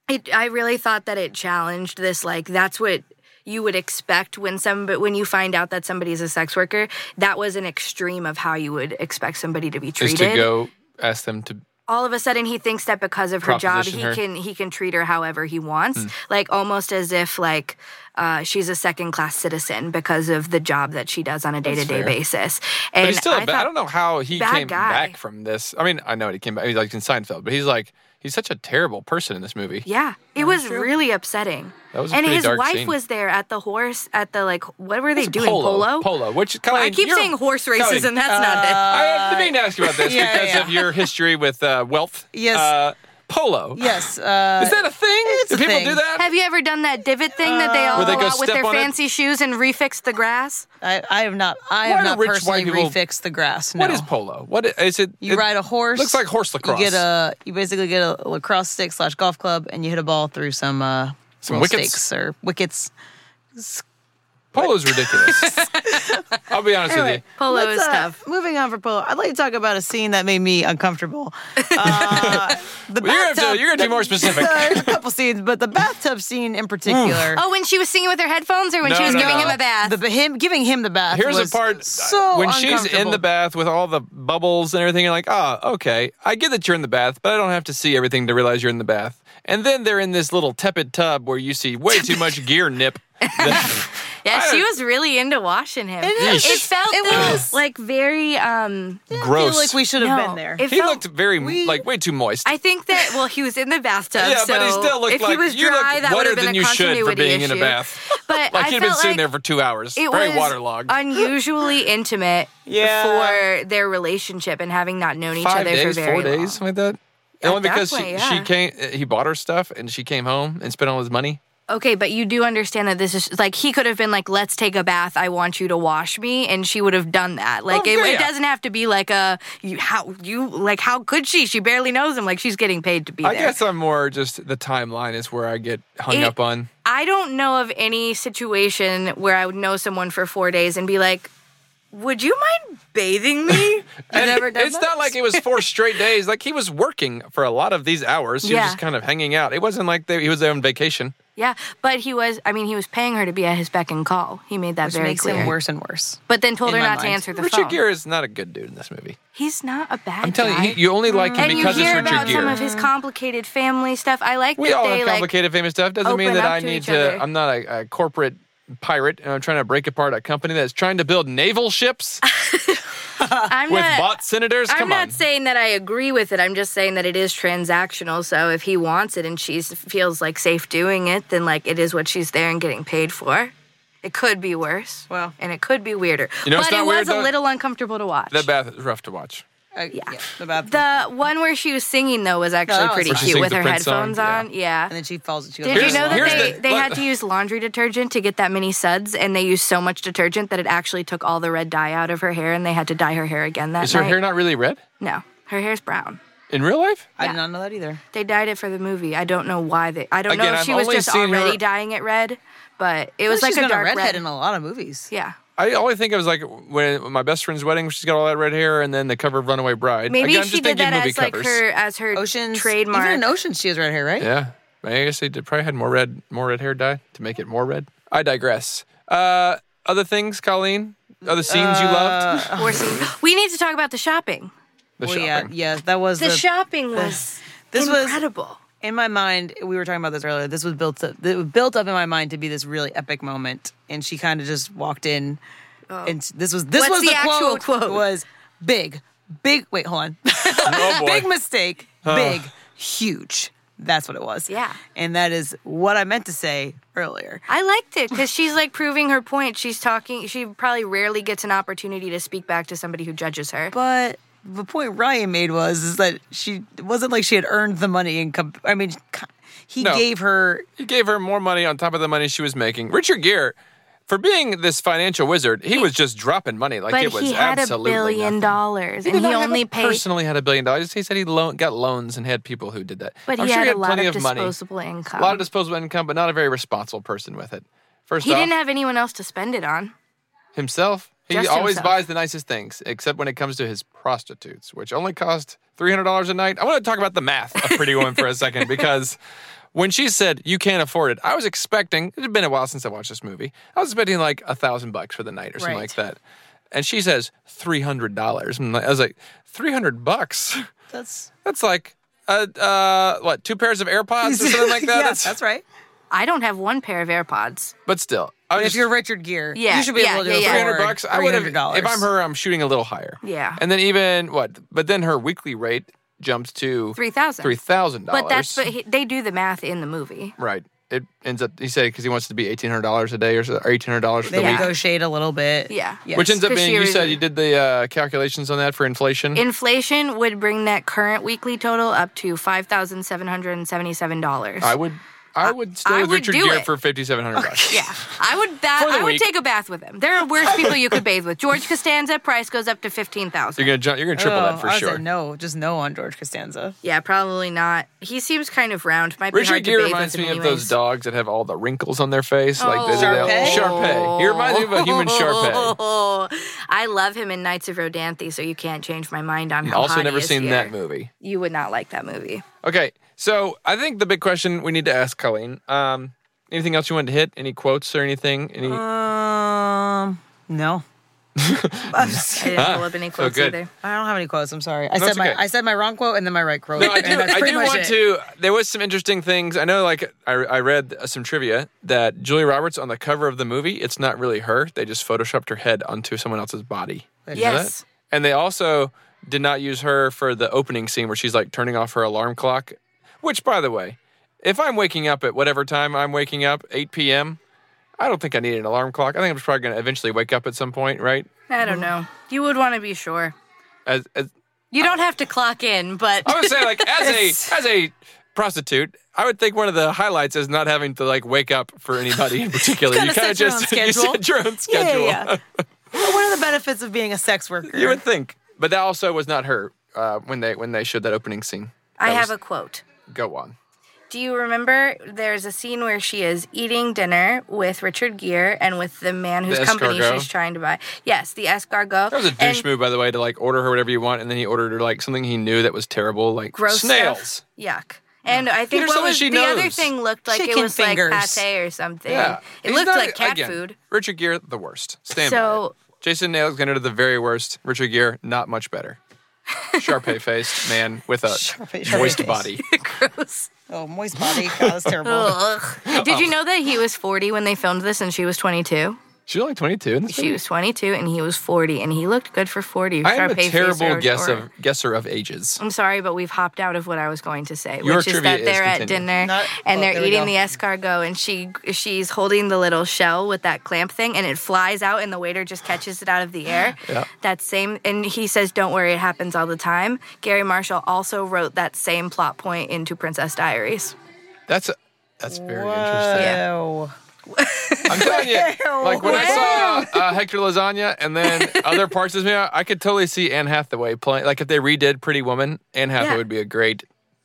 [SPEAKER 3] it, i really thought that it challenged this like that's what you would expect when some but when you find out that somebody's a sex worker that was an extreme of how you would expect somebody to be
[SPEAKER 2] is
[SPEAKER 3] treated
[SPEAKER 2] to go ask them to.
[SPEAKER 3] all of a sudden he thinks that because of her job
[SPEAKER 2] Proposition
[SPEAKER 3] he
[SPEAKER 2] her. Mm.
[SPEAKER 3] can he can treat her however he wants like almost as if like uh, she's a second class citizen because of the job that she does on a day-to-day
[SPEAKER 2] fair.
[SPEAKER 3] basis
[SPEAKER 2] But
[SPEAKER 3] and
[SPEAKER 2] he's still. a
[SPEAKER 3] I
[SPEAKER 2] ba- I
[SPEAKER 3] thought-
[SPEAKER 2] don't know how he
[SPEAKER 3] bad
[SPEAKER 2] came
[SPEAKER 3] guy.
[SPEAKER 2] back from this. I mean, I know he came back. He's like in Seinfeld, but he's like he's such a terrible person in this movie.
[SPEAKER 3] yeah it was really upsetting
[SPEAKER 2] That was a
[SPEAKER 3] and
[SPEAKER 2] pretty
[SPEAKER 3] his
[SPEAKER 2] dark
[SPEAKER 3] wife
[SPEAKER 2] scene.
[SPEAKER 3] was there at the horse at the like what were they
[SPEAKER 2] It's
[SPEAKER 3] doing polo
[SPEAKER 2] Polo, which kind of
[SPEAKER 3] i keep saying horse races and that's not
[SPEAKER 2] uh, I have been to ask you about this
[SPEAKER 1] yeah,
[SPEAKER 2] because
[SPEAKER 1] yeah.
[SPEAKER 2] of your history with uh, wealth.
[SPEAKER 1] Yes.
[SPEAKER 2] Uh, polo.
[SPEAKER 1] yes. Uh,
[SPEAKER 2] Is that a thing?
[SPEAKER 1] It's
[SPEAKER 2] do
[SPEAKER 1] a
[SPEAKER 2] people
[SPEAKER 1] thing.
[SPEAKER 2] do
[SPEAKER 3] it
[SPEAKER 2] that?
[SPEAKER 3] have you ever done that divot thing that they all
[SPEAKER 2] Uh, Where they
[SPEAKER 3] go
[SPEAKER 2] go
[SPEAKER 3] out with
[SPEAKER 2] step
[SPEAKER 3] their
[SPEAKER 2] on it?
[SPEAKER 3] fancy shoes and refix the grass
[SPEAKER 1] I, I have not. I
[SPEAKER 2] Why
[SPEAKER 1] have
[SPEAKER 2] do
[SPEAKER 1] not
[SPEAKER 2] rich white
[SPEAKER 1] personally
[SPEAKER 2] people-
[SPEAKER 1] refixed the grass. No.
[SPEAKER 2] What is polo? What i- is it?
[SPEAKER 1] You
[SPEAKER 2] it
[SPEAKER 1] ride a horse.
[SPEAKER 2] Looks like horse lacrosse.
[SPEAKER 1] You get a. You basically get a lacrosse stick slash golf club, and you hit a ball through some uh,
[SPEAKER 2] Some
[SPEAKER 1] little
[SPEAKER 2] wickets?
[SPEAKER 1] stakes or wickets.
[SPEAKER 2] Polo's ridiculous. I'll be honest with you.
[SPEAKER 3] polo
[SPEAKER 1] Let's,
[SPEAKER 3] is
[SPEAKER 1] uh,
[SPEAKER 3] tough
[SPEAKER 1] Moving on for polo, I'd like to talk about a scene that made me uncomfortable. Uh, the
[SPEAKER 2] Well, you're gonna have to-
[SPEAKER 1] bathtub-
[SPEAKER 2] you're gonna have to be more specific.
[SPEAKER 1] There's a couple scenes, but the bathtub scene in particular.
[SPEAKER 3] Oh, when she was singing with her headphones, or when
[SPEAKER 2] No,
[SPEAKER 3] she was
[SPEAKER 2] no,
[SPEAKER 3] giving
[SPEAKER 2] no.
[SPEAKER 3] him a bath.
[SPEAKER 1] The, him giving him the bath.
[SPEAKER 2] Here's
[SPEAKER 1] was
[SPEAKER 2] the part uh,
[SPEAKER 1] So
[SPEAKER 2] when she's in
[SPEAKER 1] uncomfortable.
[SPEAKER 2] the bath with all the bubbles and everything. You're like, oh, okay. I get that you're in the bath, but I don't have to see everything to realize you're in the bath. And then they're in this little tepid tub where you see way too much gear nip.
[SPEAKER 3] yeah,
[SPEAKER 2] I-
[SPEAKER 3] she was really into washing him.
[SPEAKER 1] It is.
[SPEAKER 3] It felt
[SPEAKER 1] It
[SPEAKER 3] though,
[SPEAKER 1] was.
[SPEAKER 3] like very um.
[SPEAKER 1] I
[SPEAKER 2] Gross.
[SPEAKER 1] feel like we should have
[SPEAKER 3] no,
[SPEAKER 1] been there.
[SPEAKER 3] it
[SPEAKER 2] he
[SPEAKER 3] felt-
[SPEAKER 2] looked very like way too moist.
[SPEAKER 3] I think that well, he was in the bathtub.
[SPEAKER 2] Yeah,
[SPEAKER 3] so
[SPEAKER 2] but he still looked
[SPEAKER 3] if
[SPEAKER 2] like
[SPEAKER 3] he was
[SPEAKER 2] you look
[SPEAKER 3] dry, that would
[SPEAKER 2] wetter
[SPEAKER 3] have been
[SPEAKER 2] than
[SPEAKER 3] a
[SPEAKER 2] you should
[SPEAKER 3] continuity
[SPEAKER 2] for being in
[SPEAKER 3] issue.
[SPEAKER 2] a bath.
[SPEAKER 3] But
[SPEAKER 2] like
[SPEAKER 3] I
[SPEAKER 2] he'd
[SPEAKER 3] felt
[SPEAKER 2] been sitting
[SPEAKER 3] like
[SPEAKER 2] there for two hours,
[SPEAKER 3] It
[SPEAKER 2] very
[SPEAKER 3] was
[SPEAKER 2] waterlogged.
[SPEAKER 3] unusually intimate
[SPEAKER 1] Yeah.
[SPEAKER 3] for their relationship and having not known each
[SPEAKER 2] Five
[SPEAKER 3] other for
[SPEAKER 2] days,
[SPEAKER 3] very
[SPEAKER 2] four
[SPEAKER 3] long.
[SPEAKER 2] days, something like that. And only
[SPEAKER 3] that
[SPEAKER 2] because she,
[SPEAKER 3] point,
[SPEAKER 2] she
[SPEAKER 3] yeah.
[SPEAKER 2] came, he bought her stuff, and she came home and spent all his money.
[SPEAKER 3] Okay, but you do understand that this is like he could have been like, "Let's take a bath. I want you to wash me," and she would have done that. Like
[SPEAKER 2] Oh,
[SPEAKER 3] it,
[SPEAKER 2] yeah,
[SPEAKER 3] it
[SPEAKER 2] yeah.
[SPEAKER 3] doesn't have to be like a you, how you like how could she? She barely knows him. Like she's getting paid to be
[SPEAKER 2] I
[SPEAKER 3] there.
[SPEAKER 2] guess I'm more just the timeline is where I get hung
[SPEAKER 3] It-
[SPEAKER 2] up on.
[SPEAKER 3] I don't know of any situation where I would know someone for four days and be like, "Would you mind bathing me?" You've
[SPEAKER 2] And
[SPEAKER 3] never done
[SPEAKER 2] it's
[SPEAKER 3] that?
[SPEAKER 2] not like it was four straight days. Like he was working for a lot of these hours. He
[SPEAKER 3] Yeah.
[SPEAKER 2] was just kind of hanging out. It wasn't like they, he was there on vacation.
[SPEAKER 3] Yeah, but he was. I mean, he was paying her to be at his beck and call. He made that
[SPEAKER 1] which
[SPEAKER 3] very
[SPEAKER 1] makes
[SPEAKER 3] clear.
[SPEAKER 1] him worse and worse.
[SPEAKER 3] But then told
[SPEAKER 1] in
[SPEAKER 3] her
[SPEAKER 1] my
[SPEAKER 3] not to
[SPEAKER 1] mind.
[SPEAKER 3] answer the
[SPEAKER 2] Richard
[SPEAKER 3] phone.
[SPEAKER 2] Gere is not a good dude in this movie.
[SPEAKER 3] He's not a bad.
[SPEAKER 2] I'm telling
[SPEAKER 3] guy.
[SPEAKER 2] you, he, you only like him
[SPEAKER 3] and
[SPEAKER 2] because
[SPEAKER 3] you
[SPEAKER 2] it's
[SPEAKER 3] hear
[SPEAKER 2] Richard
[SPEAKER 3] about
[SPEAKER 2] Gere.
[SPEAKER 3] some of his complicated family stuff. I like
[SPEAKER 2] we
[SPEAKER 3] that
[SPEAKER 2] all
[SPEAKER 3] they
[SPEAKER 2] have
[SPEAKER 3] like.
[SPEAKER 2] complicated famous stuff. Doesn't mean
[SPEAKER 3] open
[SPEAKER 2] that
[SPEAKER 3] up
[SPEAKER 2] I
[SPEAKER 3] to
[SPEAKER 2] need
[SPEAKER 3] each
[SPEAKER 2] to.
[SPEAKER 3] other.
[SPEAKER 2] I'm not a, a corporate pirate, and I'm trying to break apart a company that's trying to build naval ships
[SPEAKER 3] I'm
[SPEAKER 2] with
[SPEAKER 3] not.
[SPEAKER 2] bot senators.
[SPEAKER 3] I'm
[SPEAKER 2] Come
[SPEAKER 3] not
[SPEAKER 2] on.
[SPEAKER 3] saying that I agree with it. I'm just saying that it is transactional. So if he wants it and she feels like safe doing it, then like it is what she's there and getting paid for. It could be worse.
[SPEAKER 1] Well.
[SPEAKER 3] and it could be weirder.
[SPEAKER 2] You know,
[SPEAKER 3] but
[SPEAKER 2] it's not
[SPEAKER 3] it
[SPEAKER 2] weird,
[SPEAKER 3] was
[SPEAKER 2] though.
[SPEAKER 3] a little uncomfortable to watch.
[SPEAKER 2] that bath is rough to watch.
[SPEAKER 1] Uh, yeah. the bathroom.
[SPEAKER 3] The one where she was singing though was actually
[SPEAKER 1] that was
[SPEAKER 3] pretty
[SPEAKER 1] fine. Where she
[SPEAKER 3] cute
[SPEAKER 2] sings
[SPEAKER 3] with
[SPEAKER 2] the
[SPEAKER 3] her
[SPEAKER 2] Prince song,
[SPEAKER 3] headphones
[SPEAKER 2] yeah.
[SPEAKER 3] on. Yeah.
[SPEAKER 1] and then she falls. And she goes,
[SPEAKER 3] Did
[SPEAKER 2] Here's-
[SPEAKER 3] you know that
[SPEAKER 2] here's
[SPEAKER 3] they,
[SPEAKER 2] the-
[SPEAKER 3] they
[SPEAKER 2] let-
[SPEAKER 3] had to use laundry detergent to get that many suds, and they used so much detergent that it actually took all the red dye out of her hair, and they had to dye her hair again that
[SPEAKER 2] Is
[SPEAKER 3] night.
[SPEAKER 2] her hair not really red
[SPEAKER 3] no, her hair's brown.
[SPEAKER 2] in real life?
[SPEAKER 1] I
[SPEAKER 3] Yeah.
[SPEAKER 1] did not know that either.
[SPEAKER 3] They dyed it for the movie. I don't know why they. I don't
[SPEAKER 2] Again,
[SPEAKER 3] know if
[SPEAKER 2] I've
[SPEAKER 3] she was
[SPEAKER 2] only
[SPEAKER 3] just
[SPEAKER 2] seen her-
[SPEAKER 3] already dyeing it red, but it was
[SPEAKER 1] Well,
[SPEAKER 3] like
[SPEAKER 1] she's
[SPEAKER 3] a
[SPEAKER 1] been
[SPEAKER 3] dark
[SPEAKER 1] redhead
[SPEAKER 3] red.
[SPEAKER 1] in a lot of movies.
[SPEAKER 3] yeah,
[SPEAKER 2] I only think it was like when my best friend's wedding, she's got all that red hair, and then the cover of Runaway Bride.
[SPEAKER 3] maybe
[SPEAKER 2] Again, I'm
[SPEAKER 3] she
[SPEAKER 2] just
[SPEAKER 3] did
[SPEAKER 2] thinking
[SPEAKER 3] that
[SPEAKER 2] movie
[SPEAKER 3] as like
[SPEAKER 2] covers.
[SPEAKER 3] her as her
[SPEAKER 1] Oceans
[SPEAKER 3] trademark.
[SPEAKER 1] Even in Oceans, she has red hair, right?
[SPEAKER 2] Yeah, I guess they did- probably had more red, more red hair dye to make it more red. I digress. Uh, other things, Colleen. Other scenes you loved.
[SPEAKER 3] Or some- we need to talk about the shopping.
[SPEAKER 2] The
[SPEAKER 1] Uh, Well,
[SPEAKER 2] shopping.
[SPEAKER 1] yeah, yeah. That was
[SPEAKER 3] The,
[SPEAKER 1] the,
[SPEAKER 3] shopping was
[SPEAKER 1] This was-
[SPEAKER 3] incredible.
[SPEAKER 1] in my mind. We were talking about this earlier. This was built up. It was built up in my mind to be this really epic moment, and she kind of just walked in. And this was this
[SPEAKER 3] Oh. What's
[SPEAKER 1] was
[SPEAKER 3] the
[SPEAKER 1] the,
[SPEAKER 3] actual
[SPEAKER 1] quote,
[SPEAKER 3] quote?
[SPEAKER 1] was big, big. Wait, hold on.
[SPEAKER 2] Oh boy.
[SPEAKER 1] big mistake. Big, huge. That's what it was.
[SPEAKER 3] Yeah.
[SPEAKER 1] And that is what I meant to say earlier.
[SPEAKER 3] I liked it because she's like proving her point. She's talking. She probably rarely gets an opportunity to speak back to somebody who judges her.
[SPEAKER 1] But the point Ryan made was is that she it wasn't like she had earned the money and comp- I mean co- he
[SPEAKER 2] No.
[SPEAKER 1] gave her
[SPEAKER 2] He gave her more money on top of the money she was making. Richard Gere, for being this financial wizard, he was just dropping money like
[SPEAKER 3] but
[SPEAKER 2] it was
[SPEAKER 3] he had a
[SPEAKER 2] absolutely
[SPEAKER 3] billion
[SPEAKER 2] nothing.
[SPEAKER 3] dollars,
[SPEAKER 2] He
[SPEAKER 3] and
[SPEAKER 2] did
[SPEAKER 3] he
[SPEAKER 2] not have-
[SPEAKER 3] only paid.
[SPEAKER 2] personally had a billion dollars. He said he loan, got loans and had people who did that.
[SPEAKER 3] but
[SPEAKER 2] I'm
[SPEAKER 3] he
[SPEAKER 2] sure
[SPEAKER 3] had
[SPEAKER 2] he had
[SPEAKER 3] a lot
[SPEAKER 2] plenty
[SPEAKER 3] of
[SPEAKER 2] of money,
[SPEAKER 3] disposable income.
[SPEAKER 2] a lot of disposable income, but not a very responsible person with it. First
[SPEAKER 3] he
[SPEAKER 2] off,
[SPEAKER 3] didn't have anyone else to spend it on.
[SPEAKER 2] himself. He
[SPEAKER 3] Just
[SPEAKER 2] always
[SPEAKER 3] himself.
[SPEAKER 2] buys the nicest things, except when it comes to his prostitutes, which only cost three hundred dollars a night. I want to talk about the math of Pretty Woman for a second because when she said you can't afford it, I was expecting. It had been a while since I watched this movie. I was expecting like a thousand bucks for the night or something
[SPEAKER 1] Right.
[SPEAKER 2] like that, and she says three hundred dollars. I was like, three hundred bucks.
[SPEAKER 1] that's
[SPEAKER 2] That's like. Uh, uh, what? Two pairs of AirPods or something like that.
[SPEAKER 1] yeah, that's, right.
[SPEAKER 3] I don't have one pair of AirPods.
[SPEAKER 2] But still, I was
[SPEAKER 1] If
[SPEAKER 2] just-
[SPEAKER 1] you're Richard Gere,
[SPEAKER 3] Yeah,
[SPEAKER 1] you should be
[SPEAKER 3] yeah,
[SPEAKER 1] able to
[SPEAKER 3] yeah, yeah.
[SPEAKER 1] afford
[SPEAKER 2] 300 bucks. I would have.
[SPEAKER 1] $300.
[SPEAKER 2] If I'm her, I'm shooting a little higher.
[SPEAKER 3] Yeah.
[SPEAKER 2] And then even what? But then her weekly rate jumps to
[SPEAKER 3] Three thousand.
[SPEAKER 2] three thousand dollars.
[SPEAKER 3] But that's but he, they do the math in the movie.
[SPEAKER 2] right. It ends up he said because he wants it to be eighteen hundred dollars a day or, so, or eighteen hundred dollars for
[SPEAKER 1] they
[SPEAKER 2] the week,
[SPEAKER 1] negotiate a little bit.
[SPEAKER 3] Yeah.
[SPEAKER 1] Yes.
[SPEAKER 2] which ends up
[SPEAKER 3] 'Cause
[SPEAKER 2] being
[SPEAKER 3] she
[SPEAKER 2] you said
[SPEAKER 3] already-
[SPEAKER 2] you did the uh, calculations on that for inflation.
[SPEAKER 3] Inflation would bring that current weekly total up to five thousand seven hundred and seventy-seven dollars.
[SPEAKER 2] I would. I would stay
[SPEAKER 3] I
[SPEAKER 2] with
[SPEAKER 3] would
[SPEAKER 2] Richard
[SPEAKER 3] do
[SPEAKER 2] Gere
[SPEAKER 3] it.
[SPEAKER 2] for fifty seven hundred bucks.
[SPEAKER 3] Yeah, I would bath.
[SPEAKER 2] For the
[SPEAKER 3] I would
[SPEAKER 2] week.
[SPEAKER 3] take a bath with him. There are worse people you could bathe with. George Costanza price goes up to fifteen
[SPEAKER 2] You're
[SPEAKER 3] thousand.
[SPEAKER 2] gonna jump. You're gonna triple
[SPEAKER 1] Oh,
[SPEAKER 2] that for
[SPEAKER 1] I would
[SPEAKER 2] sure.
[SPEAKER 1] Say no, just no on George Costanza.
[SPEAKER 3] Yeah, probably not. He seems kind of round. Might be
[SPEAKER 2] Richard
[SPEAKER 3] hard to
[SPEAKER 2] Gere
[SPEAKER 3] bathe
[SPEAKER 2] reminds
[SPEAKER 3] with
[SPEAKER 2] me
[SPEAKER 3] him
[SPEAKER 2] of those
[SPEAKER 3] anyways.
[SPEAKER 2] dogs that have all the wrinkles on their face, like they do
[SPEAKER 1] Sharpay?
[SPEAKER 2] that. Sharpay. He reminds me of a human Sharpay.
[SPEAKER 3] Oh, I love him in Knights of Rodanthe, so you can't change my mind on how.
[SPEAKER 2] Also,
[SPEAKER 3] hot
[SPEAKER 2] never
[SPEAKER 3] he is
[SPEAKER 2] seen
[SPEAKER 3] here.
[SPEAKER 2] that movie.
[SPEAKER 3] You would not like that movie.
[SPEAKER 2] Okay, so I think the big question we need to ask Colleen. Um, anything else you wanted to hit? Any quotes or anything? Any?
[SPEAKER 1] Uh, Um, no. I'm just
[SPEAKER 3] I
[SPEAKER 1] kidding.
[SPEAKER 3] didn't pull up any quotes
[SPEAKER 2] Ah, good.
[SPEAKER 3] either.
[SPEAKER 1] I don't have any quotes. I'm sorry. I
[SPEAKER 2] That's
[SPEAKER 1] said my
[SPEAKER 2] okay.
[SPEAKER 1] I said my wrong quote and then my right quote.
[SPEAKER 2] no, I do,
[SPEAKER 1] and that's
[SPEAKER 2] I
[SPEAKER 1] pretty
[SPEAKER 2] do
[SPEAKER 1] much
[SPEAKER 2] want
[SPEAKER 1] it.
[SPEAKER 2] to. There was some interesting things. I know, like I, I read some trivia that Julia Roberts on the cover of the movie, it's not really her. They just photoshopped her head onto someone else's body. Did you know that?
[SPEAKER 3] Yes.
[SPEAKER 2] And they also did not use her for the opening scene where she's like turning off her alarm clock. Which, by the way, if I'm waking up at whatever time I'm waking up, 8 p.m., I don't think I need an alarm clock. I think I'm just probably going to eventually wake up at some point, right?
[SPEAKER 3] I don't know. You would want to be sure.
[SPEAKER 2] As, as
[SPEAKER 3] You don't have to clock in, but
[SPEAKER 2] I would say, like as a as a prostitute, I would think one of the highlights is not having to like wake up for anybody in particular.
[SPEAKER 1] kinda
[SPEAKER 2] you kind of
[SPEAKER 1] set your own
[SPEAKER 2] just you
[SPEAKER 1] schedule.
[SPEAKER 2] set your own
[SPEAKER 1] Yeah,
[SPEAKER 2] schedule.
[SPEAKER 1] yeah, yeah. Well, One of the benefits of being a sex worker.
[SPEAKER 2] you would think, but that also was not her uh, when they when they showed that opening scene.
[SPEAKER 3] I
[SPEAKER 2] That
[SPEAKER 3] have
[SPEAKER 2] was-
[SPEAKER 3] a quote.
[SPEAKER 2] go on.
[SPEAKER 3] Do you remember there's a scene where she is eating dinner with Richard Gere and with the man whose
[SPEAKER 2] The
[SPEAKER 3] company
[SPEAKER 2] escargot?
[SPEAKER 3] she's trying to buy? Yes, the escargot.
[SPEAKER 2] That was a douche
[SPEAKER 3] And
[SPEAKER 2] move, by the way, to like order her whatever you want, and then he ordered her like something he knew that was terrible, like
[SPEAKER 3] Gross
[SPEAKER 2] snails.
[SPEAKER 3] Stuff. Yuck. And I think
[SPEAKER 2] her
[SPEAKER 3] what
[SPEAKER 2] something
[SPEAKER 3] was
[SPEAKER 2] she
[SPEAKER 3] the other
[SPEAKER 2] knows.
[SPEAKER 3] thing looked like it
[SPEAKER 1] Chicken
[SPEAKER 3] was like
[SPEAKER 1] fingers.
[SPEAKER 3] pate or something.
[SPEAKER 2] Yeah.
[SPEAKER 3] It
[SPEAKER 2] He's
[SPEAKER 3] looked
[SPEAKER 2] not-
[SPEAKER 3] like cat
[SPEAKER 2] again,
[SPEAKER 3] food.
[SPEAKER 2] Richard Gere, the worst. Stand
[SPEAKER 3] So-
[SPEAKER 2] so, Jason Alexander, the very worst. Richard Gere, not much better. Sharpay faced man with a
[SPEAKER 1] Sharpay-faced.
[SPEAKER 2] moist body.
[SPEAKER 1] Oh, moist body. God, that's terrible.
[SPEAKER 3] Ugh. Did you know that he was 40 when they filmed this and she was 22?
[SPEAKER 2] She's only 22. In this
[SPEAKER 3] She
[SPEAKER 2] movie?
[SPEAKER 3] was 22 and he was 40 and he looked good for 40.
[SPEAKER 2] Hmm. I am
[SPEAKER 3] Sharpay
[SPEAKER 2] a
[SPEAKER 3] face
[SPEAKER 2] terrible
[SPEAKER 3] or-
[SPEAKER 2] guess
[SPEAKER 3] or-
[SPEAKER 2] of, guesser of ages.
[SPEAKER 3] I'm sorry, but we've hopped out of what I was going to say,
[SPEAKER 2] Your
[SPEAKER 3] which is
[SPEAKER 2] trivia
[SPEAKER 3] that
[SPEAKER 2] is
[SPEAKER 3] they're at
[SPEAKER 2] continued.
[SPEAKER 3] dinner
[SPEAKER 1] Not-
[SPEAKER 3] and
[SPEAKER 1] oh,
[SPEAKER 3] they're
[SPEAKER 1] there we
[SPEAKER 3] eating
[SPEAKER 1] go.
[SPEAKER 3] the escargot, and she she's holding the little shell with that clamp thing, and it flies out, and the waiter just catches it out of the air.
[SPEAKER 2] Yeah.
[SPEAKER 3] That same, and he says, "Don't worry, it happens all the time." Gary Marshall also wrote that same plot point into Princess Diaries.
[SPEAKER 2] That's a, that's very interesting.
[SPEAKER 1] Whoa.
[SPEAKER 2] I'm telling you, like when I saw uh, Hector Lasagna and then other parts of me, I, I could totally see Anne Hathawaway playing. Like if they redid Pretty Woman, Anne Hathaway
[SPEAKER 3] Yeah.
[SPEAKER 2] would be a great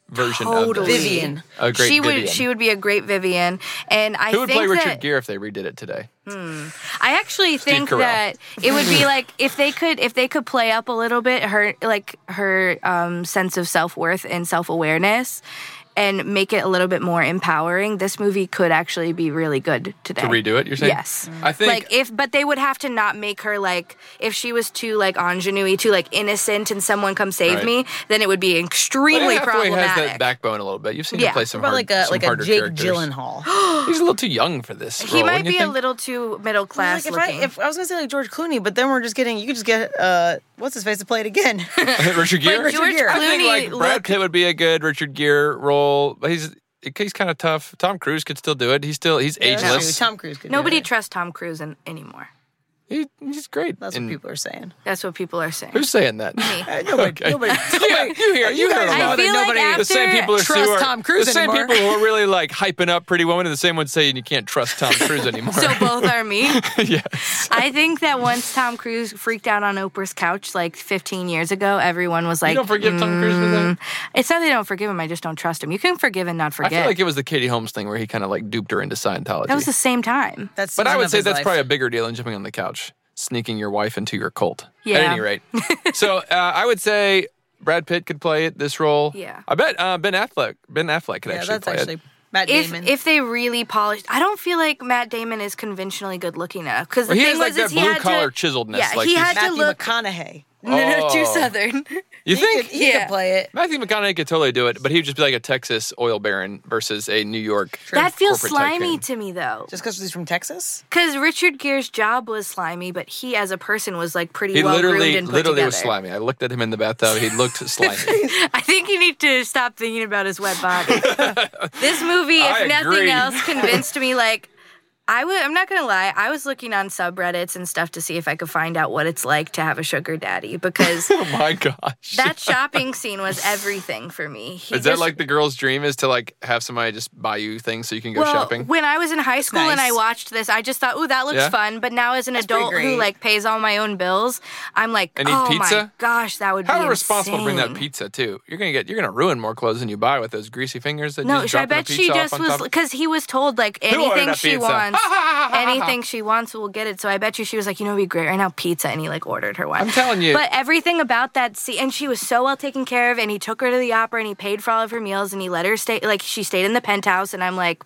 [SPEAKER 2] version of
[SPEAKER 3] Totally.
[SPEAKER 2] this.
[SPEAKER 1] Vivian.
[SPEAKER 2] A great
[SPEAKER 3] she
[SPEAKER 2] Vivian.
[SPEAKER 3] would she would be a great Vivian, and I
[SPEAKER 2] Who would
[SPEAKER 3] think
[SPEAKER 2] play Richard
[SPEAKER 3] that,
[SPEAKER 2] Gere if they redid it today?
[SPEAKER 3] I actually think
[SPEAKER 2] Carell.
[SPEAKER 3] that it would be like if they could if they could play up a little bit her like her um, sense of self worth and self awareness, and make it a little bit more empowering. This movie could actually be really good today.
[SPEAKER 2] To redo it, you're saying?
[SPEAKER 3] Yes.
[SPEAKER 2] I think
[SPEAKER 3] like if but they would have to not make her like if she was too like ingenue, too like innocent, and someone come save
[SPEAKER 2] Right.
[SPEAKER 3] me, then it would be
[SPEAKER 2] Anne Hathaway
[SPEAKER 3] extremely
[SPEAKER 2] has
[SPEAKER 3] problematic.
[SPEAKER 2] that backbone a little bit. You've seen
[SPEAKER 3] Yeah.
[SPEAKER 2] him play some,
[SPEAKER 1] About
[SPEAKER 2] hard,
[SPEAKER 1] like a
[SPEAKER 2] some
[SPEAKER 1] like a
[SPEAKER 2] harder
[SPEAKER 1] Jake
[SPEAKER 2] characters.
[SPEAKER 1] Gyllenhaal.
[SPEAKER 2] He's a little too young for this.
[SPEAKER 3] he
[SPEAKER 2] role,
[SPEAKER 3] might
[SPEAKER 2] wouldn't you
[SPEAKER 3] be a
[SPEAKER 2] think?
[SPEAKER 3] little too middle class
[SPEAKER 1] Like if I,
[SPEAKER 3] looking.
[SPEAKER 1] if I was gonna say like George Clooney, but then we're just getting you could just get uh what's his face to play it again.
[SPEAKER 2] Richard Gere.
[SPEAKER 1] Richard
[SPEAKER 3] George
[SPEAKER 1] Gere.
[SPEAKER 2] I think
[SPEAKER 3] Clooney
[SPEAKER 2] like Brad
[SPEAKER 3] looked
[SPEAKER 2] Pitt would be a good Richard Gere role. But he's he's kind of tough. Tom Cruise could still do it. He's still he's ageless.
[SPEAKER 1] Tom Cruise. Could do
[SPEAKER 3] Nobody
[SPEAKER 1] it.
[SPEAKER 3] trusts Tom Cruise in, anymore.
[SPEAKER 2] He, he's great.
[SPEAKER 1] That's
[SPEAKER 2] And
[SPEAKER 1] what people are saying.
[SPEAKER 3] That's what people are saying.
[SPEAKER 2] Who's saying that?
[SPEAKER 1] Uh, nobody. Nobody.
[SPEAKER 2] Yeah, you hear you heard
[SPEAKER 1] guys
[SPEAKER 2] a
[SPEAKER 1] know
[SPEAKER 2] lot.
[SPEAKER 3] I feel like
[SPEAKER 1] nobody-
[SPEAKER 3] after
[SPEAKER 2] the same people who
[SPEAKER 1] trust
[SPEAKER 2] are,
[SPEAKER 1] Tom Cruise
[SPEAKER 2] the same
[SPEAKER 1] anymore.
[SPEAKER 2] people who are really like hyping up Pretty Woman, are the same ones saying you can't trust Tom Cruise anymore.
[SPEAKER 3] so both are me.
[SPEAKER 2] yes.
[SPEAKER 3] I think that once Tom Cruise freaked out on Oprah's couch like 15 years ago, everyone was
[SPEAKER 2] You
[SPEAKER 3] like, mm,
[SPEAKER 2] don't forgive Tom Cruise for that.
[SPEAKER 3] "It's not that I don't forgive him. I just don't trust him. You can forgive and not
[SPEAKER 2] I feel
[SPEAKER 3] forget."
[SPEAKER 2] like it was the Katie Holmes thing where he kind of like duped her into Scientology.
[SPEAKER 3] that was the same time.
[SPEAKER 1] That's
[SPEAKER 2] But I
[SPEAKER 1] season
[SPEAKER 2] would
[SPEAKER 1] of
[SPEAKER 2] say
[SPEAKER 1] his
[SPEAKER 2] that's
[SPEAKER 1] life.
[SPEAKER 2] probably a bigger deal than jumping on the couch, sneaking your wife into your cult.
[SPEAKER 3] Yeah.
[SPEAKER 2] At any rate. so uh, I would say Brad Pitt could play it this role.
[SPEAKER 3] Yeah.
[SPEAKER 2] I bet uh, Ben Affleck. Ben Affleck could
[SPEAKER 1] yeah.
[SPEAKER 2] actually
[SPEAKER 1] That's
[SPEAKER 2] play
[SPEAKER 1] actually
[SPEAKER 2] it.
[SPEAKER 1] Matt
[SPEAKER 3] If
[SPEAKER 1] Damon.
[SPEAKER 3] if they really polished, I don't feel like Matt Damon is conventionally good looking enough. Because the
[SPEAKER 2] Well, he
[SPEAKER 3] thing
[SPEAKER 2] has, like,
[SPEAKER 3] was,
[SPEAKER 2] that
[SPEAKER 3] is he had
[SPEAKER 2] blue-collar
[SPEAKER 3] to,
[SPEAKER 2] chiseledness,
[SPEAKER 3] Yeah,
[SPEAKER 2] like
[SPEAKER 3] he
[SPEAKER 2] he's-
[SPEAKER 3] had
[SPEAKER 1] Matthew
[SPEAKER 3] to look
[SPEAKER 1] McConaughey.
[SPEAKER 3] no, no, too
[SPEAKER 2] Oh.
[SPEAKER 3] southern.
[SPEAKER 2] You
[SPEAKER 1] He
[SPEAKER 2] think?
[SPEAKER 1] could, he
[SPEAKER 3] Yeah.
[SPEAKER 1] could play it.
[SPEAKER 2] Matthew McConaughey could totally do it, but he would just be like a Texas oil baron versus a New York.
[SPEAKER 3] that feels
[SPEAKER 2] corporate
[SPEAKER 3] slimy
[SPEAKER 2] tycoon.
[SPEAKER 3] to me though.
[SPEAKER 1] Just because he's from Texas?
[SPEAKER 3] Because Richard Gere's job was slimy, but he as a person was like pretty
[SPEAKER 2] He
[SPEAKER 3] well groomed
[SPEAKER 2] literally,
[SPEAKER 3] and put
[SPEAKER 2] literally
[SPEAKER 3] together.
[SPEAKER 2] was slimy. I looked at him in the bathtub. He looked slimy.
[SPEAKER 3] I think you need to stop thinking about his wet body. this movie, if
[SPEAKER 2] I
[SPEAKER 3] nothing
[SPEAKER 2] agree.
[SPEAKER 3] else, convinced me like I would. I'm not gonna lie. I was looking on subreddits and stuff to see if I could find out what it's like to have a sugar daddy because
[SPEAKER 2] oh my gosh!
[SPEAKER 3] that shopping scene was everything for me. He
[SPEAKER 2] is that
[SPEAKER 3] just-
[SPEAKER 2] like the girl's dream is to like have somebody just buy you things so you can go
[SPEAKER 3] well,
[SPEAKER 2] shopping?
[SPEAKER 3] when I was in high school and I
[SPEAKER 1] Nice.
[SPEAKER 3] watched this, I just thought, "Ooh, that looks
[SPEAKER 2] Yeah?
[SPEAKER 3] fun." But now, as an
[SPEAKER 1] pretty
[SPEAKER 3] adult who
[SPEAKER 1] great.
[SPEAKER 3] like pays all my own bills, I'm like,
[SPEAKER 2] And eat
[SPEAKER 3] "Oh my
[SPEAKER 2] pizza?
[SPEAKER 3] gosh, that would
[SPEAKER 2] How
[SPEAKER 3] be
[SPEAKER 2] irresponsible to bring that
[SPEAKER 3] insane."
[SPEAKER 2] pizza too? You're gonna get you're gonna ruin more clothes than you buy with those greasy fingers. That
[SPEAKER 3] No,
[SPEAKER 2] just
[SPEAKER 3] sh- I
[SPEAKER 2] dropping the
[SPEAKER 3] bet she
[SPEAKER 2] pizza
[SPEAKER 3] just
[SPEAKER 2] off on
[SPEAKER 3] was
[SPEAKER 2] top.
[SPEAKER 3] because he was told like
[SPEAKER 2] ordered
[SPEAKER 3] anything
[SPEAKER 2] a
[SPEAKER 3] she
[SPEAKER 2] pizza?
[SPEAKER 3] wants, anything she wants, we'll get it. So I bet you she was like, you know, it'd be great right now, pizza, and he like ordered her one.
[SPEAKER 2] I'm telling you.
[SPEAKER 3] But everything about that scene, and she was so well taken care of, and he took her to the opera, and he paid for all of her meals, and he let her stay. Like she stayed in the penthouse, and I'm like,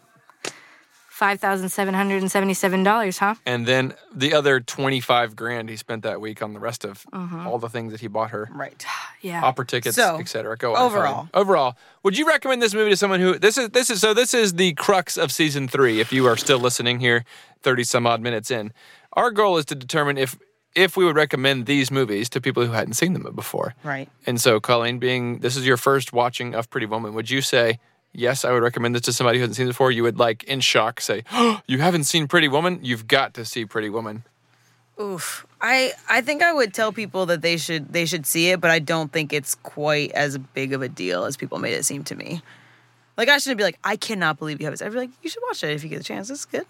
[SPEAKER 3] five thousand seven hundred and seventy-seven dollars, huh?
[SPEAKER 2] and then the other twenty five grand he spent that week on the rest of
[SPEAKER 3] Mm-hmm.
[SPEAKER 2] all the things that he bought her.
[SPEAKER 1] Right.
[SPEAKER 3] Yeah.
[SPEAKER 2] Opera tickets,
[SPEAKER 1] So,
[SPEAKER 2] etc. Go on.
[SPEAKER 1] overall.
[SPEAKER 2] Colleen. overall, would you recommend this movie to someone who this is this is so this is the crux of season three. If you are still listening here, thirty some odd minutes in, our goal is to determine if if we would recommend these movies to people who hadn't seen them before.
[SPEAKER 1] Right.
[SPEAKER 2] And so, Colleen, being this is your first watching of Pretty Woman, would you say, yes, I would recommend this to somebody who hasn't seen it before? You would, like, in shock, say, oh, you haven't seen Pretty Woman? You've got to see Pretty Woman.
[SPEAKER 1] Oof. I I think I would tell people that they should they should see it, but I don't think it's quite as big of a deal as people made it seem to me. Like I shouldn't be like, I cannot believe you have this. I'd be like, you should watch it if you get the chance. It's good.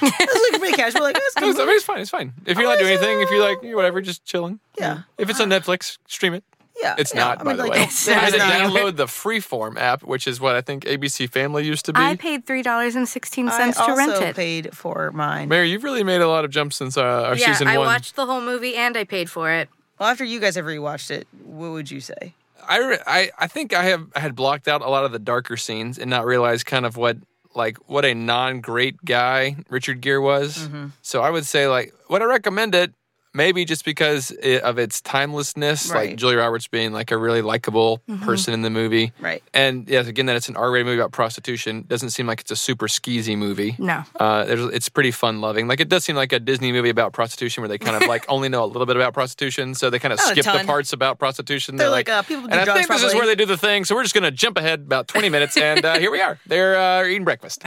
[SPEAKER 1] it's like pretty casual. Like, it's
[SPEAKER 2] No, it's, I
[SPEAKER 1] good.
[SPEAKER 2] mean, it's fine. It's fine. If you're not doing anything, if you're like, you're whatever, just chilling.
[SPEAKER 1] Yeah.
[SPEAKER 2] If it's on Netflix, stream it.
[SPEAKER 1] Yeah.
[SPEAKER 2] It's
[SPEAKER 1] Mm-hmm. yeah.
[SPEAKER 2] not,
[SPEAKER 1] I
[SPEAKER 2] by
[SPEAKER 1] mean,
[SPEAKER 2] the
[SPEAKER 1] like,
[SPEAKER 2] way.
[SPEAKER 1] it's
[SPEAKER 2] I had to
[SPEAKER 1] not.
[SPEAKER 2] download the Freeform app, which is what I think ABC Family used to be.
[SPEAKER 3] I paid three dollars and sixteen
[SPEAKER 1] I
[SPEAKER 3] cents to rent
[SPEAKER 1] also
[SPEAKER 3] it.
[SPEAKER 1] paid for mine.
[SPEAKER 2] Mary, you've really made a lot of jumps since uh, our
[SPEAKER 3] yeah,
[SPEAKER 2] season
[SPEAKER 3] I
[SPEAKER 2] one.
[SPEAKER 3] watched the whole movie and I paid for it.
[SPEAKER 1] Well, after you guys have rewatched it, what would you say?
[SPEAKER 2] I, re- I I think I have I had blocked out a lot of the darker scenes and not realized kind of what like what a non great guy Richard Gere was.
[SPEAKER 1] Mm-hmm.
[SPEAKER 2] So I would say like would I recommend it? Maybe just because i of its timelessness,
[SPEAKER 1] Right. Mm-hmm.
[SPEAKER 2] like Julia Roberts being like a really likable person in the movie,
[SPEAKER 1] Right.
[SPEAKER 2] And yes, again, that it's an R-rated movie about prostitution doesn't seem like it's a super skeezy movie.
[SPEAKER 3] No.
[SPEAKER 2] Uh, there's, it's pretty fun loving. Like it does seem like a Disney movie about prostitution where they kind of like only know a little bit about prostitution, so they kind of
[SPEAKER 1] Not a
[SPEAKER 2] skip the
[SPEAKER 1] ton.
[SPEAKER 2] parts about prostitution.
[SPEAKER 1] They're like, uh, people do
[SPEAKER 2] and I
[SPEAKER 1] drugs
[SPEAKER 2] think this is
[SPEAKER 1] probably."
[SPEAKER 2] where they do the thing. So we're just gonna jump ahead about 20 minutes, and uh, here we are. They're uh, eating breakfast.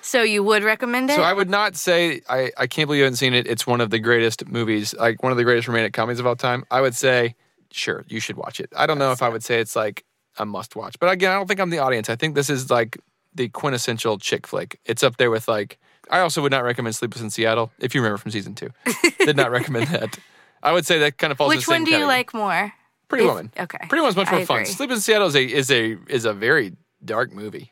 [SPEAKER 3] So you would recommend it?
[SPEAKER 2] So I would not say I, I can't believe you haven't seen it. It's one of the greatest movies, like one of the greatest romantic comedies of all time. I would say, sure, you should watch it. I don't know if I would say it's like a must watch, but again, I don't think I'm the audience. I think this is like the quintessential chick flick. It's up there with like. I also would not recommend Sleepless in Seattle if you remember from season two. Did not recommend that. I would say that kind of falls. in the
[SPEAKER 3] Which
[SPEAKER 2] same
[SPEAKER 3] one do you
[SPEAKER 2] category.
[SPEAKER 3] like more?
[SPEAKER 2] Pretty
[SPEAKER 3] If-
[SPEAKER 2] Woman.
[SPEAKER 3] okay.
[SPEAKER 2] Pretty Woman's much
[SPEAKER 3] I
[SPEAKER 2] more fun.
[SPEAKER 3] agree.
[SPEAKER 2] Sleepless in Seattle is a is a is a very dark movie.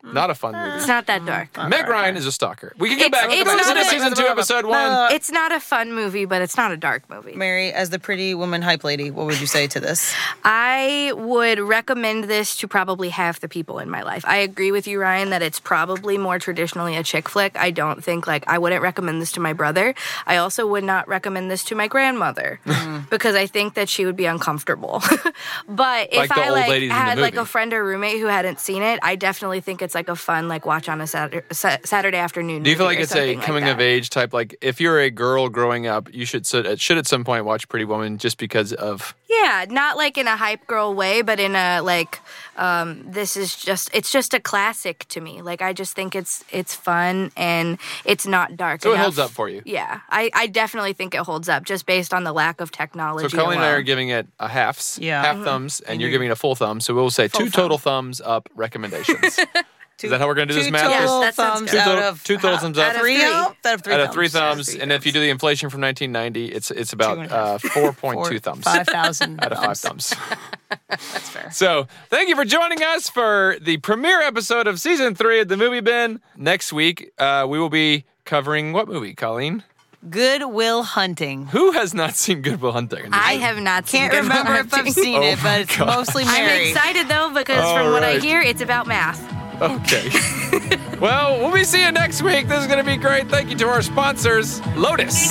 [SPEAKER 2] Not a fun movie.
[SPEAKER 3] It's not that dark.
[SPEAKER 2] Meg Ryan is a stalker. We can go
[SPEAKER 3] It's-
[SPEAKER 2] back.
[SPEAKER 3] it's
[SPEAKER 2] Go back
[SPEAKER 3] not
[SPEAKER 2] to
[SPEAKER 3] a-
[SPEAKER 2] season two, episode one.
[SPEAKER 3] It's not a fun movie, but it's not a dark movie.
[SPEAKER 1] Mary, as the pretty woman hype lady, what would you say to this?
[SPEAKER 3] I would recommend this to probably half the people in my life. I agree with you, Ryan, that it's probably more traditionally a chick flick. I don't think, like, I wouldn't recommend this to my brother. I also would not recommend this to my grandmother
[SPEAKER 2] Mm-hmm.
[SPEAKER 3] because I think that she would be uncomfortable.
[SPEAKER 2] Like
[SPEAKER 3] but if
[SPEAKER 2] the
[SPEAKER 3] I,
[SPEAKER 2] old
[SPEAKER 3] like,
[SPEAKER 2] ladies in the
[SPEAKER 3] had, like,
[SPEAKER 2] movie.
[SPEAKER 3] a friend or roommate who hadn't seen it, I definitely think it's, like, a fun, like, watch on a Saturday, Saturday afternoon.
[SPEAKER 2] Do you feel
[SPEAKER 3] movie
[SPEAKER 2] like
[SPEAKER 3] or
[SPEAKER 2] it's a
[SPEAKER 3] something like
[SPEAKER 2] coming
[SPEAKER 3] that.
[SPEAKER 2] of age type? Like, if you're a girl growing up, you should so- should at some point watch Pretty Woman just because of
[SPEAKER 3] Yeah, not like in a hype girl way, but in a like um, this is just it's just a classic to me. Like I just think it's it's fun and it's not dark.
[SPEAKER 2] so it
[SPEAKER 3] enough.
[SPEAKER 2] holds up for you.
[SPEAKER 3] Yeah, I, I definitely think it holds up just based on the lack of
[SPEAKER 2] So
[SPEAKER 3] technology.
[SPEAKER 2] Colleen and I are
[SPEAKER 3] alone.
[SPEAKER 2] giving it a halves,
[SPEAKER 1] Yeah.
[SPEAKER 3] Mm-hmm.
[SPEAKER 2] half thumbs, and you're giving it a full thumb. So we'll say two total thumbs up recommendations.
[SPEAKER 1] Two-
[SPEAKER 2] that how we're gonna do
[SPEAKER 1] two
[SPEAKER 2] this math?
[SPEAKER 1] Total
[SPEAKER 3] Yes, that sounds
[SPEAKER 1] thumbs
[SPEAKER 3] good.
[SPEAKER 2] two,
[SPEAKER 1] out
[SPEAKER 2] total,
[SPEAKER 1] of
[SPEAKER 2] two total thumbs up.
[SPEAKER 3] out of
[SPEAKER 1] three,
[SPEAKER 3] three.
[SPEAKER 1] out of three
[SPEAKER 2] out
[SPEAKER 1] thumbs.
[SPEAKER 2] of three thumbs,
[SPEAKER 1] Three
[SPEAKER 2] and if you do the inflation from 1990, it's it's about
[SPEAKER 1] Two and a half.
[SPEAKER 2] uh, four point
[SPEAKER 1] Four-
[SPEAKER 2] two thumbs.
[SPEAKER 1] 5,000
[SPEAKER 2] out of five
[SPEAKER 1] thumbs.
[SPEAKER 2] thumbs.
[SPEAKER 1] That's fair.
[SPEAKER 2] So, thank you for joining us for the premiere episode of season three of the Movie Bin. Next week, uh, we will be covering what movie, Colleen?
[SPEAKER 1] Goodwill hunting.
[SPEAKER 2] Who has not seen Goodwill Hunting?
[SPEAKER 3] I have not
[SPEAKER 1] Can't
[SPEAKER 3] seen Good
[SPEAKER 1] remember if I've
[SPEAKER 3] Hunting.
[SPEAKER 1] seen it,
[SPEAKER 2] Oh my
[SPEAKER 1] but it's
[SPEAKER 2] God.
[SPEAKER 1] mostly
[SPEAKER 3] I'm
[SPEAKER 1] Mary.
[SPEAKER 3] excited though because
[SPEAKER 2] All
[SPEAKER 3] from what I
[SPEAKER 2] right.
[SPEAKER 3] hear, it's about math.
[SPEAKER 2] Okay. well, we'll be seeing you next week. This is going to be great. Thank you to our sponsors, Lotus.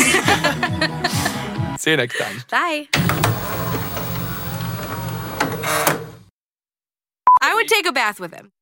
[SPEAKER 2] See you next time.
[SPEAKER 3] Bye. I would take a bath with him.